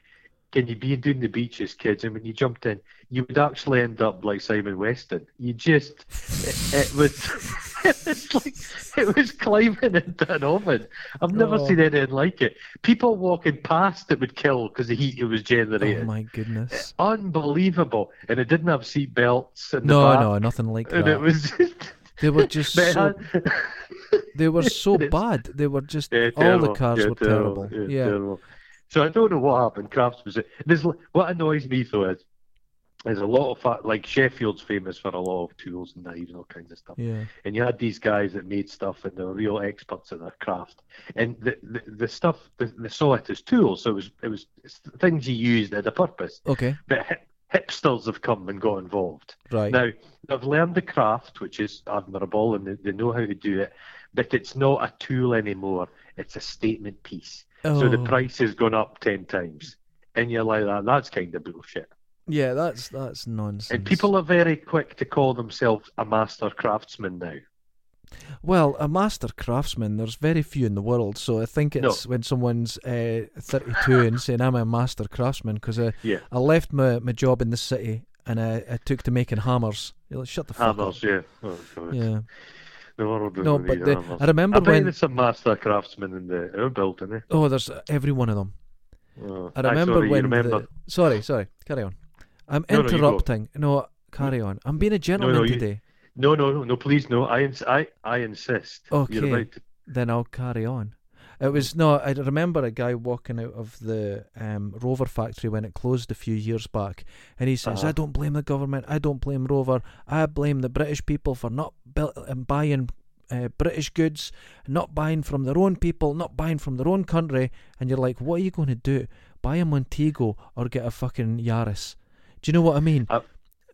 S1: can you be doing the beaches, kids? And when you jumped in, you would actually end up like Simon Weston. You just it, it was it was like it was climbing into an oven. I've never
S2: Oh.
S1: seen anything like it. People walking past it would kill because the heat it was
S2: Oh,
S1: generating.
S2: my goodness.
S1: Unbelievable, and it didn't have seat belts. In the
S2: No,
S1: back.
S2: no, nothing like
S1: And it
S2: that.
S1: was just
S2: They were just
S1: But it
S2: so,
S1: had-
S2: they were so
S1: it's-
S2: bad. They were just,
S1: Yeah,
S2: all the
S1: terrible.
S2: cars
S1: Yeah,
S2: were terrible.
S1: Yeah,
S2: Yeah.
S1: terrible. So I don't know what happened. Crafts was it. There's l- what annoys me though is there's a lot of fa- like Sheffield's famous for a lot of tools and knives and all kinds of stuff.
S2: Yeah.
S1: And you had these guys that made stuff and they were real experts at their craft. And the the, the stuff they, they saw it as tools, so it was it was it's things you used had a purpose.
S2: Okay.
S1: But hip, hipsters have come and got involved.
S2: Right.
S1: Now, they've learned the craft, which is admirable, and they, they know how to do it, but it's not a tool anymore. It's a statement piece. So the
S2: Oh.
S1: price has gone up 10 times. And you're like, that, that's kind of bullshit.
S2: Yeah, that's that's nonsense.
S1: And people are very quick to call themselves a master craftsman now.
S2: well, a master craftsman. There's very few in the world, so I think it's when someone's uh, 32 and saying I'm a master craftsman because I,
S1: Yeah.
S2: I left my, my job in the city and I, I took to making hammers. You're like, shut the fuck
S1: Hammers, yeah. Oh,
S2: up.
S1: God.
S2: Uh-huh. Yeah,
S1: The world
S2: No,
S1: doesn't
S2: but
S1: need
S2: the-
S1: hammers.
S2: I remember
S1: I bet
S2: when-
S1: there's some master craftsmen in the our building. Eh?
S2: Oh, there's uh, every one of them.
S1: Oh.
S2: I
S1: Aye,
S2: remember
S1: sorry, you
S2: when.
S1: remember.
S2: The, sorry, sorry. Carry on. I'm
S1: No, no, you go.
S2: interrupting. No, carry on. I'm being a gentleman
S1: you-
S2: today.
S1: No, no, no, no, please, no. I, ins- I, I insist.
S2: Okay.
S1: You're right.
S2: Then I'll carry on. It was no. I remember a guy walking out of the um, Rover factory when it closed a few years back, and he says,
S1: Uh-huh.
S2: "I don't blame the government. I don't blame Rover. I blame the British people for not built and buying uh, British goods, not buying from their own people, not buying from their own country." And you're like, "What are you going to do? Buy a Montego or get a fucking Yaris?" Do you know what I mean?
S1: But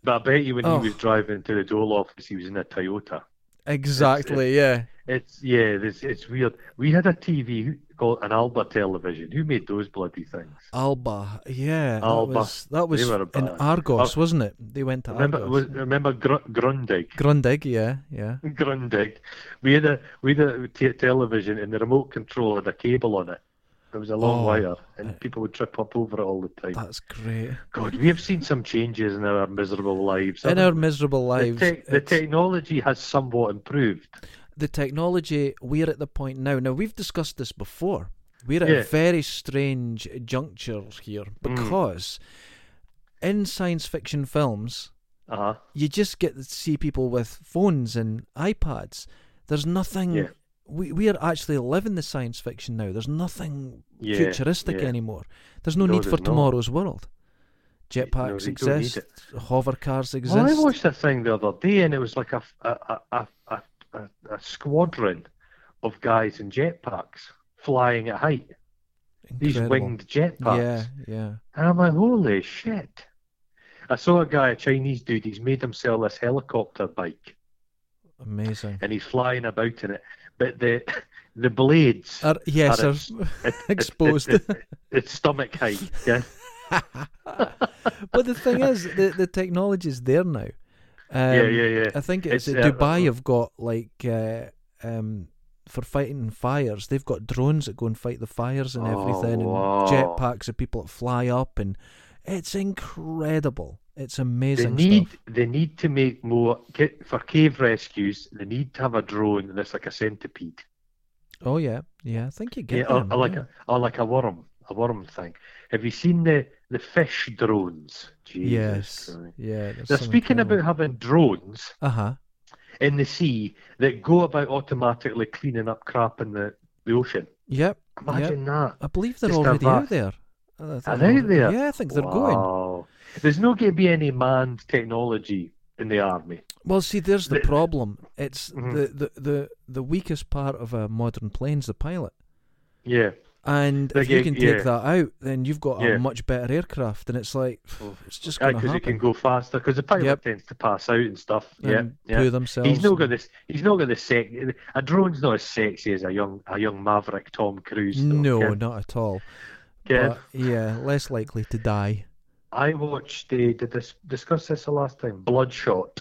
S1: I bet you when
S2: Oh.
S1: he was driving to the Dole office, he was in a Toyota.
S2: Exactly. yeah.
S1: It's yeah, it's it's weird. We had a TV called an Alba television. Who made those bloody things?
S2: Alba. Yeah.
S1: Alba.
S2: That was, that was
S1: were
S2: in
S1: bad. Oh.
S2: Argos, wasn't it? They went to
S1: Remember,
S2: Argos.
S1: was, remember Gr- Grundig?
S2: Grundig, yeah, yeah.
S1: Grundig. We had a we had a t- television, and the remote control had a cable on it. There was a long
S2: Oh.
S1: wire, and people would trip up over it all the time.
S2: That's great.
S1: God, we have seen some changes in our miserable lives.
S2: In our
S1: haven't
S2: miserable
S1: we?
S2: lives,
S1: the, tech the
S2: it's-
S1: technology has somewhat improved.
S2: the technology, we're at the point now. Now, we've discussed this before. We're at
S1: Yeah. Mm.
S2: a very strange juncture here because in science fiction films,
S1: Uh huh.
S2: you just get to see people with phones and iPads. There's nothing.
S1: Yeah.
S2: We we are actually living the science fiction now. There's nothing
S1: Yeah,
S2: futuristic
S1: yeah.
S2: anymore. There's no,
S1: No,
S2: need for
S1: there's not.
S2: tomorrow's world.
S1: No,
S2: Jetpacks
S1: they don't need
S2: exist. Hover cars exist.
S1: Well, I watched a thing the other day, and it was like a a a a, a, a squadron of guys in jetpacks flying at height. These
S2: Incredible.
S1: winged jetpacks.
S2: Yeah, yeah.
S1: And I'm like, holy shit. I saw a guy, a Chinese dude, he's made himself this helicopter bike
S2: Amazing.
S1: and he's flying about in it. But the the blades
S2: Are, yes,
S1: are
S2: are
S1: its- it-
S2: Uh,
S1: it-
S2: exposed.
S1: it- it- it's stomach height. Yeah.
S2: but the thing is, the the technology's there now. Um,
S1: yeah, yeah, yeah.
S2: I think it's,
S1: It's,
S2: uh,
S1: uh,
S2: Dubai have got like uh, um, for fighting fires. They've got drones that go and fight the fires and
S1: Oh,
S2: everything,
S1: wow.
S2: and jetpacks of people that fly up, and it's incredible. It's
S1: They
S2: amazing
S1: need
S2: stuff.
S1: they need to make more ca- for cave rescues. They need to have a drone that's like a centipede,
S2: Oh yeah, yeah. I think you get
S1: yeah,
S2: yeah,
S1: or, or like a or like a worm, a worm thing. Have you seen the the fish drones? Jesus
S2: yes,
S1: Christ.
S2: yeah.
S1: They're speaking about having drones
S2: Uh huh.
S1: in the sea that go about automatically cleaning up crap in the, the ocean.
S2: Yep. Yep.
S1: Imagine that.
S2: I believe they're
S1: Just a
S2: already out
S1: vast-
S2: there. I think they're
S1: Are they
S2: already-
S1: there?
S2: Yeah, I think they're going.
S1: wow. There's not going to be any manned technology in the army.
S2: Well, see, there's the
S1: The-
S2: problem. It's
S1: Mhm.
S2: the, the, the, the weakest part of a modern plane's the pilot.
S1: Yeah.
S2: And
S1: They
S2: if you
S1: get-
S2: can
S1: yeah.
S2: take that out, then you've got
S1: Yeah.
S2: a much better aircraft. And it's like, it's just going to
S1: Because
S2: happen.
S1: it can go faster. Because the pilot
S2: Yep.
S1: tends to pass out and stuff.
S2: and
S1: yeah,
S2: poo
S1: yeah.
S2: themselves.
S1: He's not got this. He's not got the sex. A drone's not as sexy as a young, a young maverick Tom Cruise. though,
S2: No,
S1: Kev.
S2: not at all.
S1: Kev.
S2: But yeah, less likely to die.
S1: I watched. Uh, did this discuss this the last time? Bloodshot,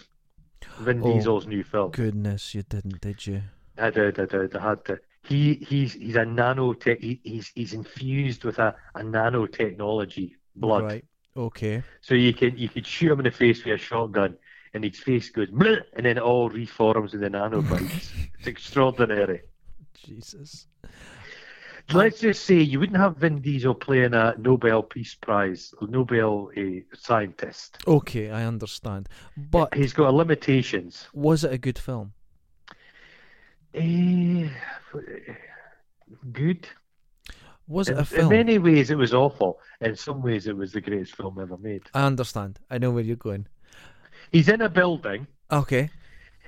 S1: Vin
S2: Oh,
S1: Diesel's new film. Uh,
S2: Goodness, you didn't, did you?
S1: I did, I did, I had to. He, he's he's a nanotech. He, he's he's infused with a, a nanotechnology blood.
S2: Right. Okay.
S1: So you can you could shoot him in the face with a shotgun, and his face goes "Bleh," and then it all reforms in the nanobites. it's extraordinary.
S2: Jesus.
S1: Let's just say you wouldn't have Vin Diesel playing a Nobel Peace Prize, Nobel uh, scientist.
S2: Okay, I understand. But
S1: He's got limitations.
S2: was it a good film?
S1: Eh, good.
S2: Was it
S1: In-
S2: a film?
S1: In many ways, it was awful. In some ways, it was the greatest film ever made.
S2: I understand. I know where you're going.
S1: He's in a building
S2: Okay.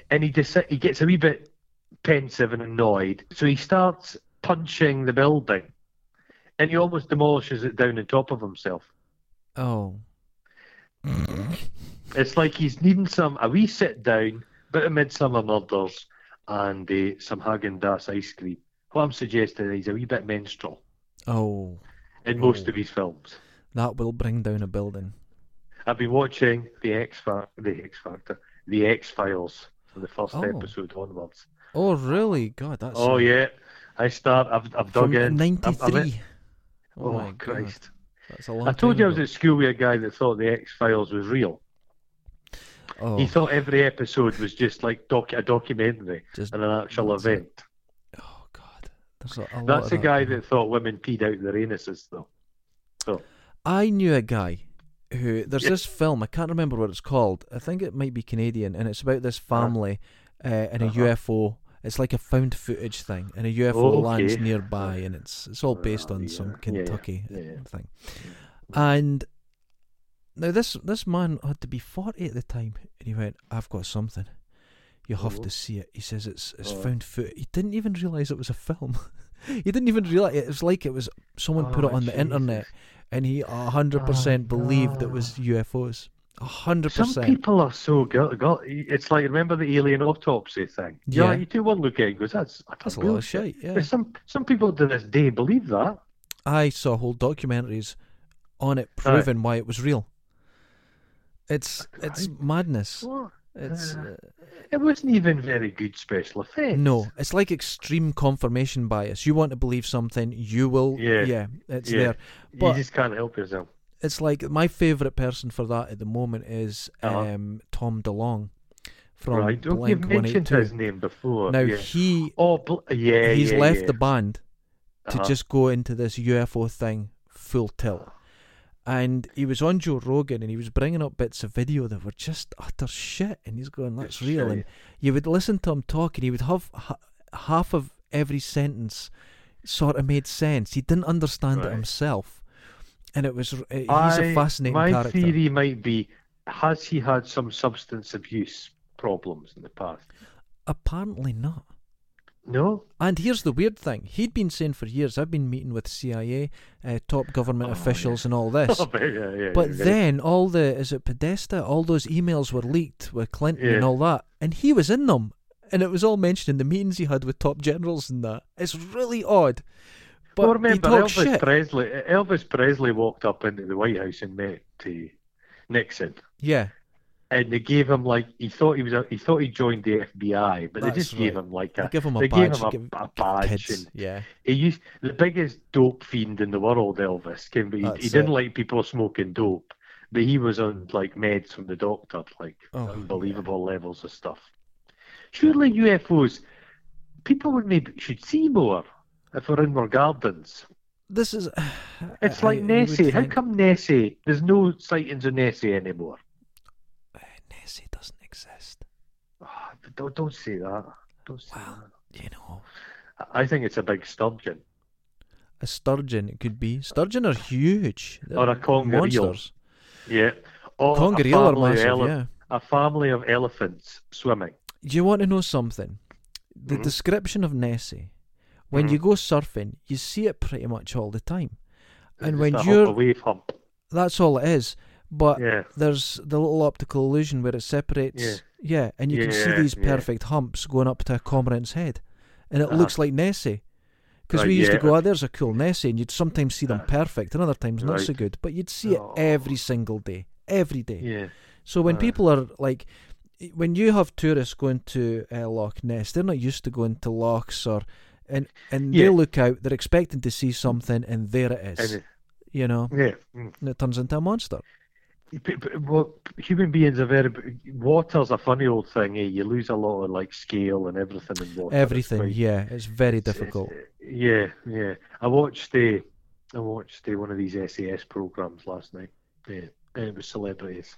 S1: and he deci- he gets a wee bit pensive and annoyed, so he starts punching the building, and he almost demolishes it down on top of himself.
S2: Oh.
S1: It's like he's needing some a wee sit down, bit of Midsummer Murders, and uh, some Haagen Dazs ice cream. What I'm suggesting is a wee bit menstrual
S2: Oh.
S1: in most
S2: Oh.
S1: of his films.
S2: That will bring down a building.
S1: I've been watching the X Factor, the X Factor, the X Files from the first
S2: Oh.
S1: episode onwards.
S2: Oh, really? God, that's.
S1: Oh
S2: uh,
S1: yeah, I start. I've I've dug
S2: from
S1: in. I'm- I'm in-
S2: 93.
S1: Oh,
S2: my God,
S1: Christ!
S2: That's a long
S1: I told
S2: time
S1: you I was
S2: ago.
S1: at school with a guy that thought the X Files was real.
S2: Oh,
S1: He thought every episode was just like doc- a documentary
S2: just,
S1: and an actual
S2: That's it.
S1: event.
S2: oh, God. There's a, a lot
S1: That's
S2: of
S1: the guy
S2: going on.
S1: that thought women peed out their anuses, though. So
S2: I knew a guy who. There's
S1: Yeah.
S2: this film, I can't remember what it's called. I think it might be Canadian, and it's about this family uh, and
S1: Uh-huh.
S2: a UFO. It's like a found footage thing, and a UFO lands
S1: Okay.
S2: nearby, and it's it's all based
S1: Ah,
S2: on
S1: yeah.
S2: some
S1: Yeah, yeah.
S2: Kentucky
S1: Yeah, yeah. Mm.
S2: thing. And now this this man had to be forty at the time, and he went, "I've got something. You have
S1: Oh.
S2: to see it." He says, "It's it's
S1: Oh.
S2: found footage." He didn't even realize it was a film. he didn't even realize it was like it was someone put
S1: Oh,
S2: it on the internet, and he a hundred
S1: Oh,
S2: percent believed it was
S1: no.
S2: UFOs. A hundred
S1: Some
S2: percent.
S1: people are so got, got. It's like remember the alien autopsy thing. Yeah,
S2: Yeah.
S1: you do one look at it and goes, "That's
S2: That's a
S1: real
S2: lot of shit. Yeah,
S1: But some some people to this day believe that.
S2: I saw whole documentaries on it
S1: Aye.
S2: proving why it was real. It's it's madness. It's.
S1: Uh,
S2: uh,
S1: It wasn't even very good special effects.
S2: No, it's like extreme confirmation bias. You want to believe something, you will.
S1: Yeah.
S2: Yeah, it's
S1: Yeah.
S2: there.
S1: you
S2: but-
S1: just can't help yourself.
S2: It's like my favorite person for that at the moment is
S1: Uh-huh.
S2: um, Tom DeLong from
S1: Right? Oh,
S2: Blink
S1: You've
S2: One Eight
S1: mentioned his
S2: Two.
S1: name before.
S2: Now
S1: yeah.
S2: he
S1: oh, bl- yeah,
S2: he's
S1: yeah,
S2: left
S1: yeah.
S2: the band to
S1: Uh-huh.
S2: just go into this UFO thing full tilt, and he was on Joe Rogan and he was bringing up bits of video that were just utter shit and he's going that's
S1: It's
S2: real and
S1: shitty.
S2: you would listen to him talk and he would have ha- half of every sentence sort of made sense he didn't understand it
S1: Right.
S2: himself and it was r- uh, he's
S1: I-
S2: a fascinating
S1: my
S2: character
S1: theory might be: has he had some substance abuse problems in the past?
S2: apparently not
S1: No.
S2: And here's the weird thing. He'd been saying for years, I've been meeting with CIA, uh, top government
S1: Oh,
S2: officials, and all this.
S1: but yeah, yeah,
S2: but
S1: yeah,
S2: then all the, is it Podesta? All those emails were leaked with Clinton and
S1: Yeah.
S2: all that. And he was in them. And it was all mentioned in the meetings he had with top generals and that. It's really odd. But
S1: well,
S2: he
S1: remember
S2: talks
S1: Elvis
S2: shit.
S1: Presley. Elvis Presley walked up into the White House and met uh, Nixon,
S2: yeah.
S1: and they gave him like he thought he was. A, he thought he joined the FBI, but
S2: That's
S1: they just gave
S2: right.
S1: him like
S2: They
S1: a.
S2: give him a
S1: they
S2: badge.
S1: gave him a,
S2: give-
S1: a
S2: give
S1: badge.
S2: kids.
S1: And
S2: Yeah.
S1: he used the biggest dope fiend in the world, Elvis. Came, but he,
S2: That's
S1: he didn't
S2: it.
S1: like people smoking dope, but he was on like meds from the doctor, like
S2: Oh,
S1: unbelievable levels of stuff. Surely UFOs, people would maybe should see more if we're in our gardens.
S2: This is.
S1: It's
S2: I-
S1: like
S2: you would
S1: Nessie. How
S2: think-
S1: come Nessie? There's no sightings of Nessie anymore.
S2: Uh, Nessie doesn't exist.
S1: Ah, but don't don't say that. Don't say
S2: Wow. You know.
S1: that. I I think it's a big sturgeon.
S2: A sturgeon, it could be. Sturgeon are huge. They're
S1: Or a conger eel.
S2: Monsters.
S1: Yeah. Or a
S2: Conger eel are
S1: family of
S2: massive,
S1: ele-
S2: yeah.
S1: A family of elephants swimming.
S2: Do you want to know something? The
S1: Mhm.
S2: description of Nessie, when you
S1: Mm-hmm.
S2: go surfing, you see it pretty much all the time. And
S1: Just
S2: when
S1: a hump, a
S2: you're.
S1: wave hump.
S2: That's all it is. But
S1: Yeah.
S2: there's the little optical illusion where it separates.
S1: Yeah.
S2: and you can see
S1: Yeah,
S2: these
S1: yeah.
S2: perfect humps going up to a cormorant's head. And it
S1: Uh-huh.
S2: looks like Nessie. Because
S1: Right,
S2: we used
S1: yeah.
S2: to go, ah, there's a cool Nessie, and you'd sometimes see them
S1: Uh,
S2: perfect, and other times not
S1: right.
S2: so good. But you'd see
S1: Oh.
S2: it every single day. Every day.
S1: Yeah.
S2: So when
S1: Uh.
S2: people are like, when you have tourists going to uh, Loch Ness, they're not used to going to lochs or, and and they
S1: Yeah.
S2: look out, they're expecting to see something, and there it is,
S1: And,
S2: you know,
S1: yeah. Mm.
S2: and it turns into a monster.
S1: P- p- Well, human beings are very. b- Water's a funny old thing. Eh? You lose a lot of like scale and everything in water. It's
S2: Everything,
S1: quite-
S2: yeah, it's very
S1: it's-
S2: difficult.
S1: it's- eh, yeah, yeah. I watched the, I watched uh, one of these SAS programs last night. Yeah, and it was celebrities,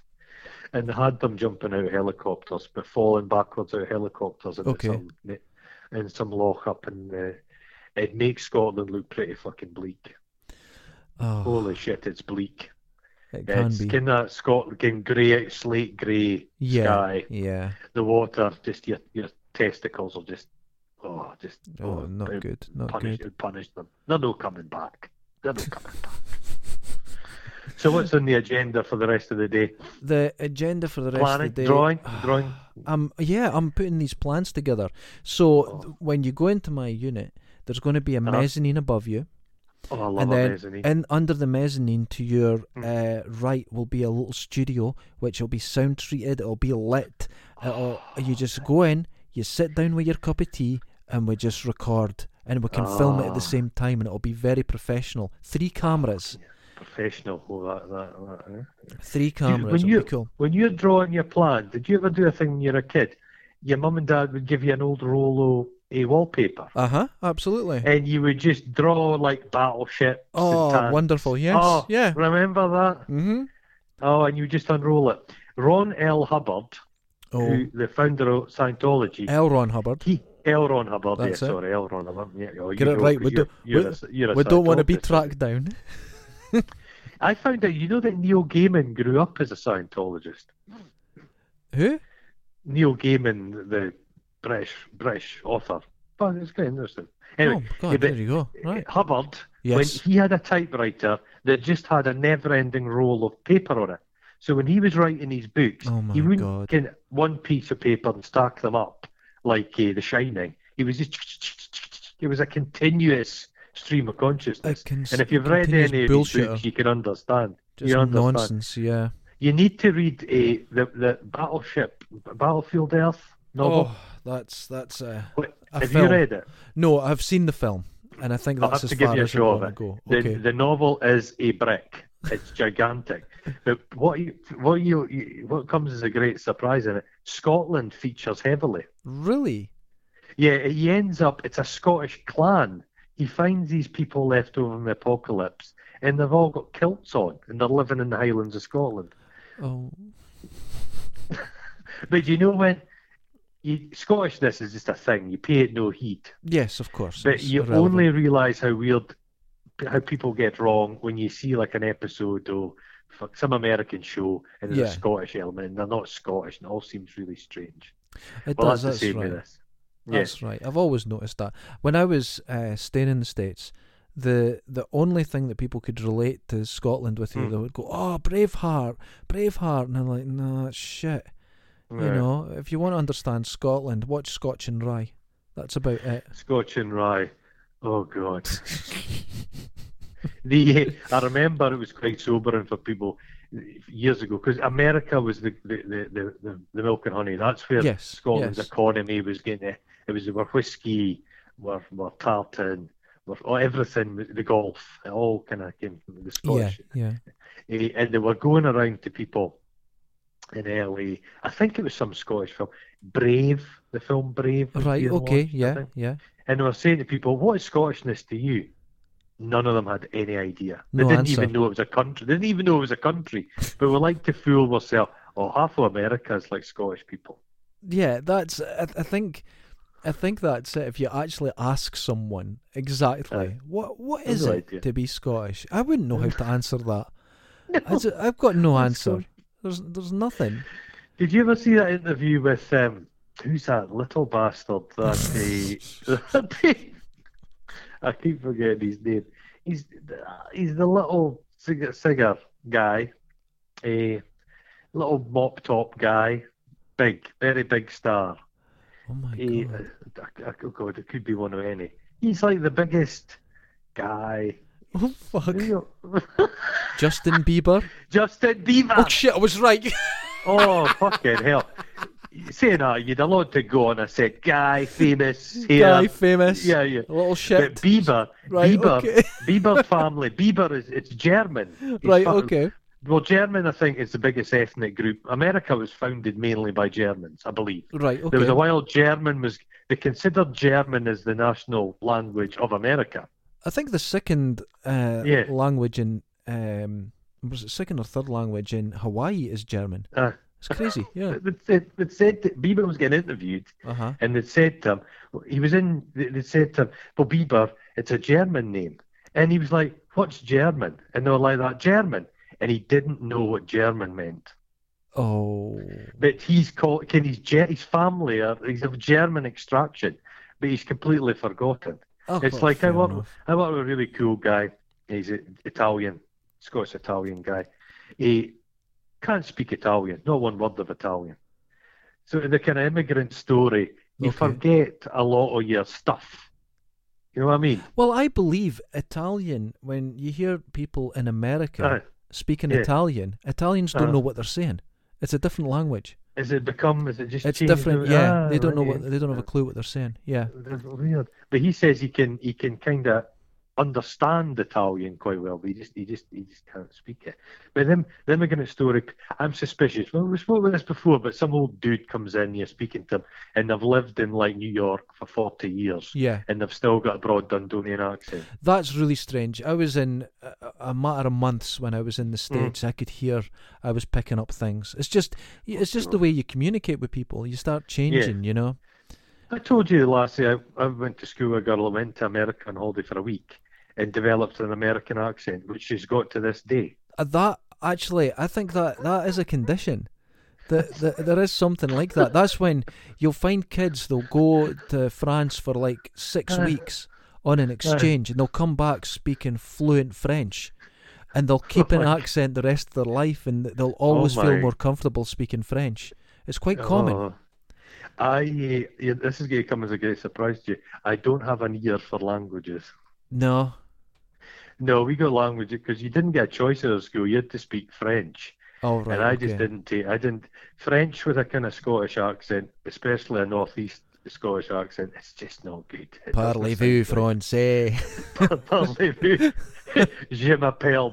S1: and they had them jumping out of helicopters, but falling backwards out of helicopters into
S2: Okay.
S1: some ne- in some loch up in uh, It makes Scotland look pretty fucking bleak.
S2: Oh,
S1: Holy shit, it's bleak.
S2: it
S1: Yeah,
S2: can
S1: it's
S2: be.
S1: kind of Scotland, grey, slate grey
S2: Yeah,
S1: sky.
S2: yeah.
S1: The water, just your your testicles are just, oh, just
S2: Oh, not
S1: it
S2: good, not
S1: punish,
S2: good.
S1: it punish them. They're no coming back. They're no coming back. So what's on the agenda for the rest of the day?
S2: The agenda for the rest
S1: Planning,
S2: of the day. ah.
S1: drawing, drawing.
S2: Um, yeah, I'm putting these plans together. So th- when you go into my unit, there's going to be a
S1: Oh. Uh-huh.
S2: mezzanine above you.
S1: Oh, I love
S2: and
S1: a
S2: then eh
S1: mezzanine.
S2: in under the mezzanine to your
S1: Mm.
S2: uh, right will be a little studio which will be sound treated it'll be lit it'll, you just go in you sit down with your cup of tea and we just record and we can film it at
S1: Ah.
S2: the same time and it'll be very professional three cameras
S1: Professional. Oh, that, that, that, eh?
S2: three
S1: Do you-
S2: cameras
S1: when
S2: it'll
S1: you
S2: be cool
S1: when you're drawing your plan, did you ever do a thing when you were a kid? Your mum and dad would give you an old roll of a wallpaper.
S2: uh-huh absolutely
S1: and you would just draw like battleships.
S2: oh
S1: and tanks.
S2: wonderful yes
S1: Oh,
S2: yeah
S1: Remember that?
S2: mm-hmm
S1: Oh, and you just unroll it. Ron L. Hubbard,
S2: oh
S1: who the founder of Scientology,
S2: L. Ron Hubbard
S1: he L. Ron Hubbard.
S2: That's it.
S1: yeah, sorry, L. Ron Hubbard. Yeah, oh, you
S2: Get it
S1: know,
S2: right,
S1: 'cause
S2: we
S1: you're-
S2: don't-
S1: you're
S2: we-
S1: a s- you're a
S2: we don't want to be
S1: Scientologist.
S2: tracked down
S1: I found out. You know that Neil Gaiman grew up as a Scientologist.
S2: who
S1: Neil Gaiman, the British British author. But it's quite interesting. Anyway,
S2: oh god
S1: yeah, but-
S2: there you go right
S1: Hubbard,
S2: Yes.
S1: when he had a typewriter that just had a never-ending roll of paper on it. So when he was writing his books,
S2: Oh my
S1: he wouldn't
S2: God.
S1: get one piece of paper and stack them up like uh, The Shining. He was just it was a continuous stream of consciousness.
S2: A cons-
S1: and if you've read
S2: continuous
S1: any of his
S2: bullshitter.
S1: books, you can understand.
S2: just
S1: you understand.
S2: nonsense yeah
S1: You need to read uh, the the battleship, Battlefield Earth novel.
S2: Oh, that's that's uh,
S1: Wait,
S2: a
S1: Have
S2: film.
S1: you read it?
S2: no. I've seen the film, and I think
S1: I'll
S2: that's
S1: have
S2: as
S1: to give
S2: far
S1: you a
S2: as I'm
S1: show of
S2: going to
S1: it.
S2: go.
S1: The,
S2: okay,
S1: the novel is a brick. It's gigantic. but what you, what you, you what comes as a great surprise in it, Scotland features heavily.
S2: really?
S1: Yeah, he ends up it's a Scottish clan. He finds these people left over in the apocalypse and they've all got kilts on, and they're living in the Highlands of Scotland.
S2: Oh,
S1: But you know when you, Scottishness is just a thing; you pay it no heed.
S2: yes, of course.
S1: But
S2: it's
S1: you
S2: irrelevant.
S1: only realise how weird, how people get wrong when you see like an episode or fuck, some American show and there's
S2: Yeah.
S1: a Scottish element and they're not Scottish and it all seems really strange.
S2: It
S1: Well,
S2: does,
S1: that's
S2: that's
S1: the same
S2: right.
S1: with this. Yes,
S2: That's right. I've always noticed that. When I was uh, staying in the States, the the only thing that people could relate to Scotland with you,
S1: Mm.
S2: they would go, Oh, Braveheart, Braveheart and I'm like, No, that's shit. You
S1: Yeah.
S2: know, if you want to understand Scotland, watch Scotch and Rye. That's about it.
S1: Scotch and rye. Oh God. the I remember it was quite sobering for people years ago because America was the the, the, the, the the milk and honey. That's where
S2: Yes,
S1: Scotland's
S2: yes.
S1: economy was getting it. It was were whiskey, were were tartan, were oh, everything. The golf, it all kind of came from the
S2: yeah,
S1: Scottish.
S2: yeah.
S1: Eh, And they were going around to people in LA. I think it was some Scottish film, Brave, the film Brave. was
S2: Right,
S1: being
S2: okay,
S1: launched, I
S2: yeah,
S1: think.
S2: yeah.
S1: And they were saying to people, what is Scottishness to you? None of them had any idea. They
S2: No
S1: didn't
S2: answer.
S1: even know it was a country. They didn't even know it was a country. but we like to fool ourselves. Oh, half of America is like Scottish people.
S2: Yeah, that's. I, I think, I think that's it. If you actually ask someone exactly
S1: Aye.
S2: what what
S1: I've
S2: is
S1: no
S2: it
S1: idea.
S2: to be Scottish, I wouldn't know how to answer that. I have got no
S1: That's
S2: answer. There's there's nothing.
S1: Did you ever see that interview with um, who's that little bastard that he? that he- I keep forgetting his name. He's he's the little singer, singer guy, a little mop top guy, big, very big star.
S2: Oh my
S1: He,
S2: god.
S1: uh, uh, oh God, it could be one of any. He's like the biggest guy.
S2: Oh fuck.
S1: You know-
S2: Justin Bieber.
S1: Justin Bieber.
S2: Oh shit! I was right.
S1: Oh, fucking hell. Saying that, you'd a lot to go on. I said, guy, famous, here.
S2: Guy famous.
S1: Yeah, yeah.
S2: Little
S1: But
S2: shit.
S1: Bieber,
S2: Right,
S1: Bieber,
S2: okay.
S1: Bieber family. Bieber is, it's German. It's
S2: right.
S1: fu-
S2: Okay.
S1: Well, German, I think, is the biggest ethnic group. America was founded mainly by Germans, I believe.
S2: Right. Okay.
S1: There was a while German was, they considered German as the national language of America.
S2: I think the second uh,
S1: Yeah.
S2: language in um, was it second or third language in Hawaii is German.
S1: Uh,
S2: It's crazy. Yeah.
S1: They said- they said that Bieber was getting interviewed,
S2: Uh huh.
S1: and they said to him, he was in, they they said to him, well, Bieber, it's a German name. And he was like, what's German? And they were like, that German. And he didn't know what German meant.
S2: Oh.
S1: But he's called, can he's, Ge- his family, are, he's of German extraction, but he's completely forgotten.
S2: Oh,
S1: It's
S2: well,
S1: like I
S2: fair
S1: work,
S2: enough.
S1: I work with a really cool guy. He's an Italian, Scots Italian guy. He can't speak Italian, not one word of Italian. So in the kind of immigrant story, you
S2: Okay.
S1: forget a lot of your stuff. You know what I mean?
S2: Well, I believe Italian when you hear people in America
S1: Aye.
S2: speaking
S1: Uh. Yeah.
S2: Italian, Italians don't
S1: Uh-huh.
S2: know what they're saying. It's a different language.
S1: Is it become? Is it just?
S2: It's
S1: changed?
S2: different.
S1: Ah,
S2: Yeah, they don't know
S1: right,
S2: what they don't have a clue what they're saying. Yeah.
S1: That's weird. But he says he can he can kind of understand Italian quite well, but he just he just he just can't speak it. But then the immigrant story, I'm suspicious. Well, we spoke about this before, but some old dude comes in, you're speaking to him, and they've lived in like New York for 40 years,
S2: Yeah.
S1: and they've still got a broad Dundonian accent.
S2: That's really strange. I was in a, a matter of months when I was in the states. I could hear I was picking up things. It's just it's just the way you communicate with people. You start changing. You know.
S1: I told you last year I, I went to school with a girl who went to America on holiday for a week and developed an American accent, which she's got to this day.
S2: Uh, That actually, I think that that is a condition. That, that there is something like that. That's when you'll find kids. They'll go to France for like six
S1: Aye.
S2: weeks on an exchange, and they'll come back speaking fluent French, and they'll keep an
S1: my-
S2: accent the rest of their life, and they'll always feel
S1: Oh my.
S2: more comfortable speaking French. It's quite common.
S1: Oh. I uh, yeah, this is going to come as a great surprise to you. I don't have an ear for languages.
S2: No,
S1: No, we got languages because you didn't get a choice in our school. You had to speak French,
S2: all right.
S1: and I just
S2: okay.
S1: didn't take. I didn't French with a kind of Scottish accent, especially a northeast Scottish accent. It's just not good. It doesn't
S2: Parlez-vous
S1: sound good.
S2: français?
S1: Parlez-vous. Je m'appelle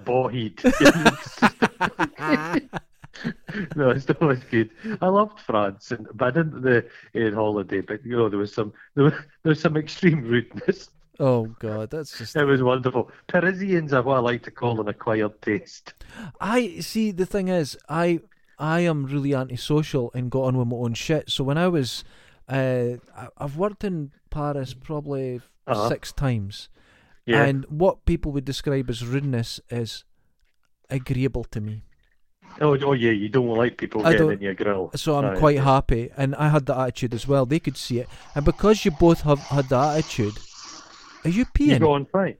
S1: Bohid. no, it's not as good. I loved France, and but I didn't the in holiday. But you know, there was some there was, there was some extreme rudeness.
S2: Oh God, that's just.
S1: It was wonderful. Parisians are what I like to call an acquired taste.
S2: I see. The thing is, I I am really antisocial and got on with my own shit. So when I was, uh, I, I've worked in Paris probably
S1: Uh-huh.
S2: six times,
S1: Yeah.
S2: and what people would describe as rudeness is agreeable to me.
S1: oh, oh, yeah. You don't like people
S2: I
S1: getting
S2: don't-
S1: in your grill.
S2: So I'm
S1: Aye.
S2: quite happy, and I had that attitude as well. They could see it, and because you both have had that attitude, are you peeing?
S1: You go on fine.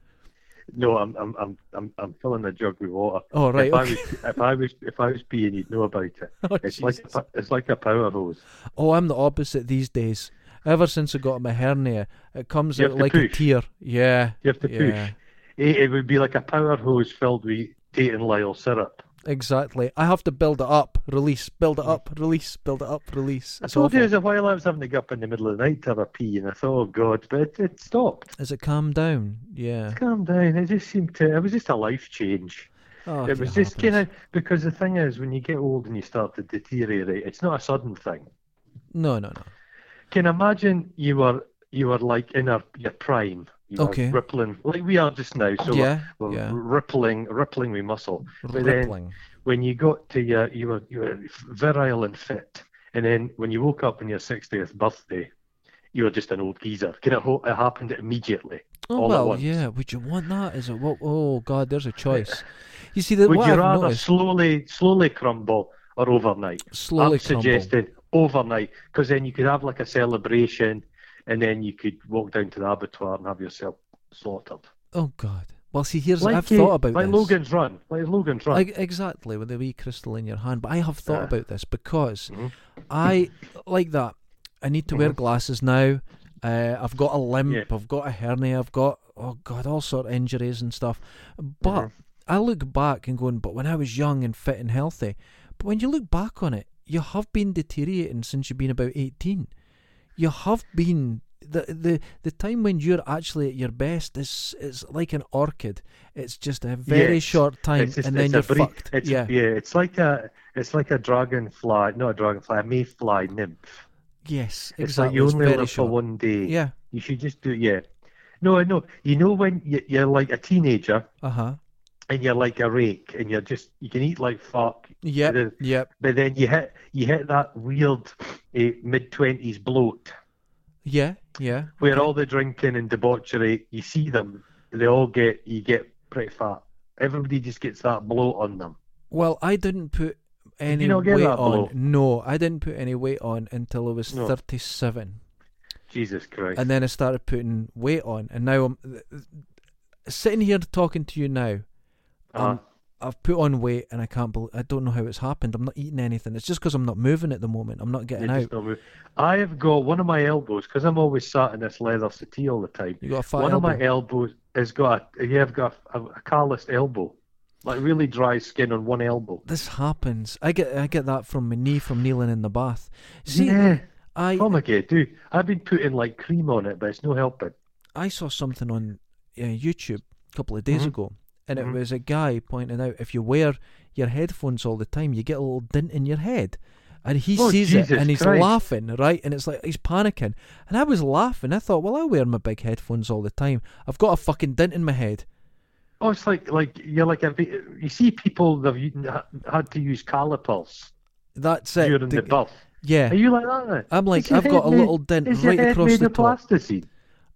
S1: No, I'm, I'm, I'm, I'm, I'm filling the jug with water.
S2: oh right,
S1: if, I
S2: okay.
S1: was, if I was, if I was peeing, you'd know about it.
S2: Oh,
S1: It's like, a,
S2: Jesus.
S1: pa- it's like a power hose.
S2: Oh, I'm the opposite these days. Ever since I got my hernia, it comes
S1: You
S2: out
S1: have to
S2: like a
S1: push.
S2: tear. Yeah.
S1: You have to
S2: yeah.
S1: push. It, it would be like a power hose filled with date and lyle syrup.
S2: Exactly. I have to build it up, release, build it up, release, build it up, release.
S1: I
S2: It's
S1: told
S2: awful.
S1: you there's a while I was having to get up in the middle of the night to have a pee, and I thought, oh God, but it, it stopped.
S2: Has it calmed down? Yeah.
S1: Calm down. It just seemed to. It was just a life change.
S2: Oh,
S1: it was just kind of because the thing is, when you get old and you start to deteriorate, it's not a sudden thing.
S2: No, no, no.
S1: Can you imagine you were you were like in our, your prime. You were
S2: Okay.
S1: Rippling like we are just now. So
S2: yeah,
S1: we're, we're
S2: yeah.
S1: rippling, rippling with muscle. But then-
S2: Rippling.
S1: when you got to your, you were you were virile and fit, and then when you woke up on your 60th birthday, you were just an old geezer. Kind of ho- it happened immediately.
S2: Oh
S1: all at
S2: well,
S1: once.
S2: yeah. Would you want that? Is it? What? Oh God, there's a choice. You see, the,
S1: Would
S2: what
S1: you
S2: I've
S1: rather
S2: noticed
S1: slowly slowly crumble or overnight?
S2: slowly
S1: I'm suggesting overnight because then you could have like a celebration, and then you could walk down to the abattoir and have yourself slaughtered.
S2: crumble. Oh God. Well, see, here's
S1: like
S2: I've
S1: uh,
S2: thought about
S1: like
S2: this.
S1: Logan's Run, like Logan's Run.
S2: Ex- exactly, with the wee crystal in your hand. But I have thought
S1: Yeah.
S2: about this because
S1: Mhm.
S2: I like that. I need to wear glasses now. Uh, I've got a limp.
S1: Mm-hmm. Yeah.
S2: I've got a hernia. I've got oh god, all sort of injuries and stuff. But
S1: Mm-hmm.
S2: I look back and going, but when I was young and fit and healthy. But when you look back on it, you have been deteriorating since you've been about eighteen. You have been. The, the the time when you're actually at your best is is like an orchid. It's just a very
S1: Yes.
S2: short time
S1: It's just-
S2: and then
S1: it's
S2: you're
S1: a brief-
S2: fucked.
S1: It's,
S2: yeah,
S1: it's like a it's like a dragonfly, not a dragonfly, a mayfly nymph.
S2: Yes,
S1: It's
S2: exactly.
S1: like you
S2: it's
S1: only
S2: very
S1: live for
S2: short.
S1: one day.
S2: Yeah.
S1: You should just do yeah. No, I know. You know when you- you're like a teenager
S2: Uh huh.
S1: and you're like a rake and you're just you can eat like fuck,
S2: Yep.
S1: is-
S2: Yep.
S1: but then you hit you hit that weird uh, mid twenties bloat
S2: Yeah. Yeah.
S1: where all the drinking and debauchery. You see them, they all get you get pretty fat. Everybody just gets that bloat on them.
S2: Well, I didn't put any
S1: not get
S2: weight
S1: that
S2: on.
S1: blow?
S2: No, I didn't put any weight on until I was
S1: No.
S2: 37,
S1: Jesus Christ.
S2: and then I started putting weight on, and now I'm th- th- sitting here talking to you now.
S1: Uh,
S2: I'm, I've put on weight, and I can't. Bel I don't know how it's happened. I'm not eating anything. It's just because I'm not moving at the moment. I'm not getting
S1: They
S2: out.
S1: just don't move. I have got one of my elbows because I'm always sat in this leather settee all the time.
S2: You got a fat
S1: one
S2: elbow.
S1: of my elbows has got a, yeah, I've got a, a calloused elbow, like really dry skin on one elbow.
S2: this happens. I get I get that from my knee from kneeling in the bath. See,
S1: yeah,
S2: I
S1: oh my god, dude, I've been putting like cream on it, but it's no helping.
S2: I saw something on uh, YouTube a couple of days
S1: Mhm.
S2: ago, and
S1: Mhm.
S2: it was a guy pointing out if you wear your headphones all the time, you get a little dent in your head. And he
S1: Oh,
S2: sees it
S1: Jesus
S2: and he's
S1: Christ.
S2: laughing, right? And it's like he's panicking. And I was laughing. I thought, well, I wear my big headphones all the time. I've got a fucking dent in my head.
S1: Oh, it's like like you're like a, you see people that've u- had to use calipers
S2: That's it.
S1: during the
S2: The-
S1: buff.
S2: yeah.
S1: Are you like that? Then?
S2: I'm like,
S1: Is your
S2: I've got
S1: head
S2: a
S1: made-
S2: little dent
S1: is your
S2: right
S1: head
S2: across
S1: made
S2: the
S1: of
S2: top.
S1: plasticine?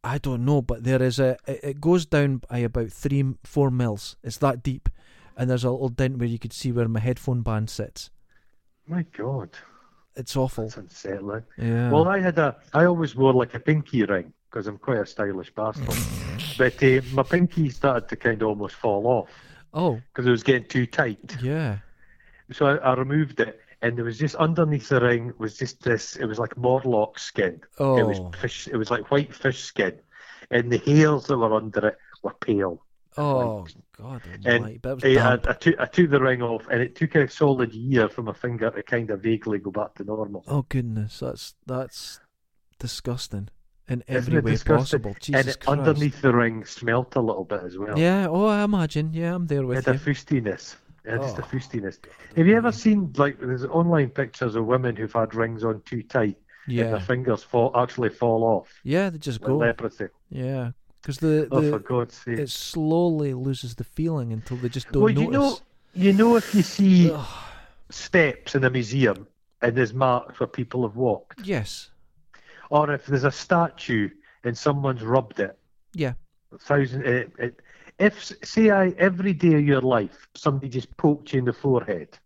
S2: I don't know, but there is a. It, it goes down by about three, four mils. It's that deep, and there's a little dent where you could see where my headphone band sits.
S1: My God,
S2: It's awful.
S1: it's unsettling.
S2: Yeah.
S1: Well, I had a. I always wore like a pinky ring because I'm quite a stylish bastard. but uh, my pinky started to kind of almost fall off
S2: oh,
S1: because it was getting too tight.
S2: yeah.
S1: So I, I removed it, and there was just underneath the ring was just this. It was like Morlock skin. It was
S2: Oh,
S1: fish. It was like white fish skin, and the hairs that were under it were pale.
S2: oh, God.
S1: And
S2: almighty, that was
S1: I, I,
S2: damp.
S1: I, took, I took the ring off, and it took a solid year for my finger to kind of vaguely go back to normal.
S2: oh goodness, that's that's disgusting in
S1: Isn't
S2: every
S1: it
S2: way
S1: disgusting?
S2: possible.
S1: and
S2: Jesus
S1: it,
S2: Christ.
S1: underneath the ring smelt a little bit as well.
S2: Yeah. Oh, I imagine. Yeah, I'm there
S1: It's
S2: with
S1: a
S2: you.
S1: fustiness. Yeah, just a
S2: Oh.
S1: fustiness. Have you ever seen like there's online pictures of women who've had rings on too tight and their
S2: Yeah.
S1: fingers fall actually fall off
S2: Yeah, they just
S1: like
S2: go.
S1: leprosy?
S2: Yeah. because the,
S1: Oh,
S2: the
S1: for God's sake!
S2: it slowly loses the feeling until they just don't
S1: well,
S2: notice.
S1: you know, you know, if you see
S2: Ugh,
S1: steps in a museum and there's marks where people have walked,
S2: yes,
S1: or if there's a statue and someone's rubbed it,
S2: yeah,
S1: a thousand. It, it, if say I every day of your life somebody just poked you in the forehead,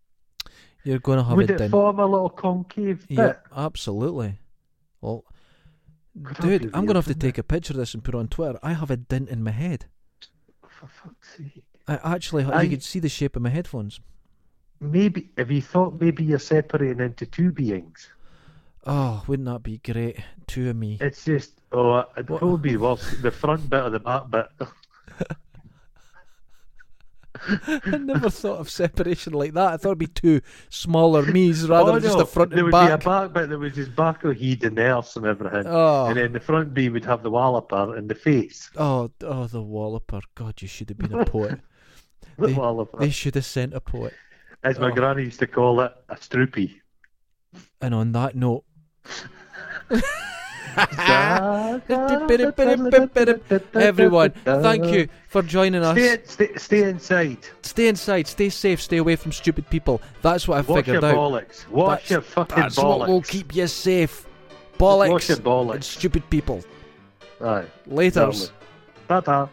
S2: you're going to have
S1: would
S2: it
S1: it
S2: done.
S1: form a little concave bit?
S2: Yeah, absolutely. Well,
S1: Could that be
S2: dude, I'm going
S1: weird,
S2: to have to
S1: wouldn't
S2: take a picture of this and put it on Twitter. I have a dent in my head.
S1: For fuck's sake.
S2: I actually,
S1: I-
S2: you could see the shape of my headphones.
S1: Maybe have you thought maybe you're separating into two beings?
S2: Oh, wouldn't that be great? Two of me.
S1: It's just oh, it'd
S2: What-
S1: probably be worse. The front bit or the back bit.
S2: I never thought of separation like that. I thought it'd be two smaller me's rather
S1: oh,
S2: than just
S1: no,
S2: the front
S1: there
S2: and
S1: would
S2: back.
S1: be a back bit that was just back of heed and nerves and everything,
S2: Oh,
S1: and then the front bee would have the walloper and the face.
S2: oh, oh, the walloper. God, you should have been a poet.
S1: The
S2: They-
S1: walloper,
S2: they should have sent a poet.
S1: as my
S2: oh.
S1: granny used to call it, a stroopy.
S2: And on that note,
S1: Everyone,
S2: everyone, thank you for joining us.
S1: Stay, stay, stay inside.
S2: Stay inside, stay safe, stay away from stupid people. That's what I've
S1: Wash your
S2: figured out.
S1: bollocks.
S2: That's-
S1: Wash your fucking
S2: That's
S1: bollocks.
S2: what will keep you safe. Bollocks
S1: Wash your bollocks.
S2: and stupid people.
S1: Aye.
S2: Later.
S1: Ta ta.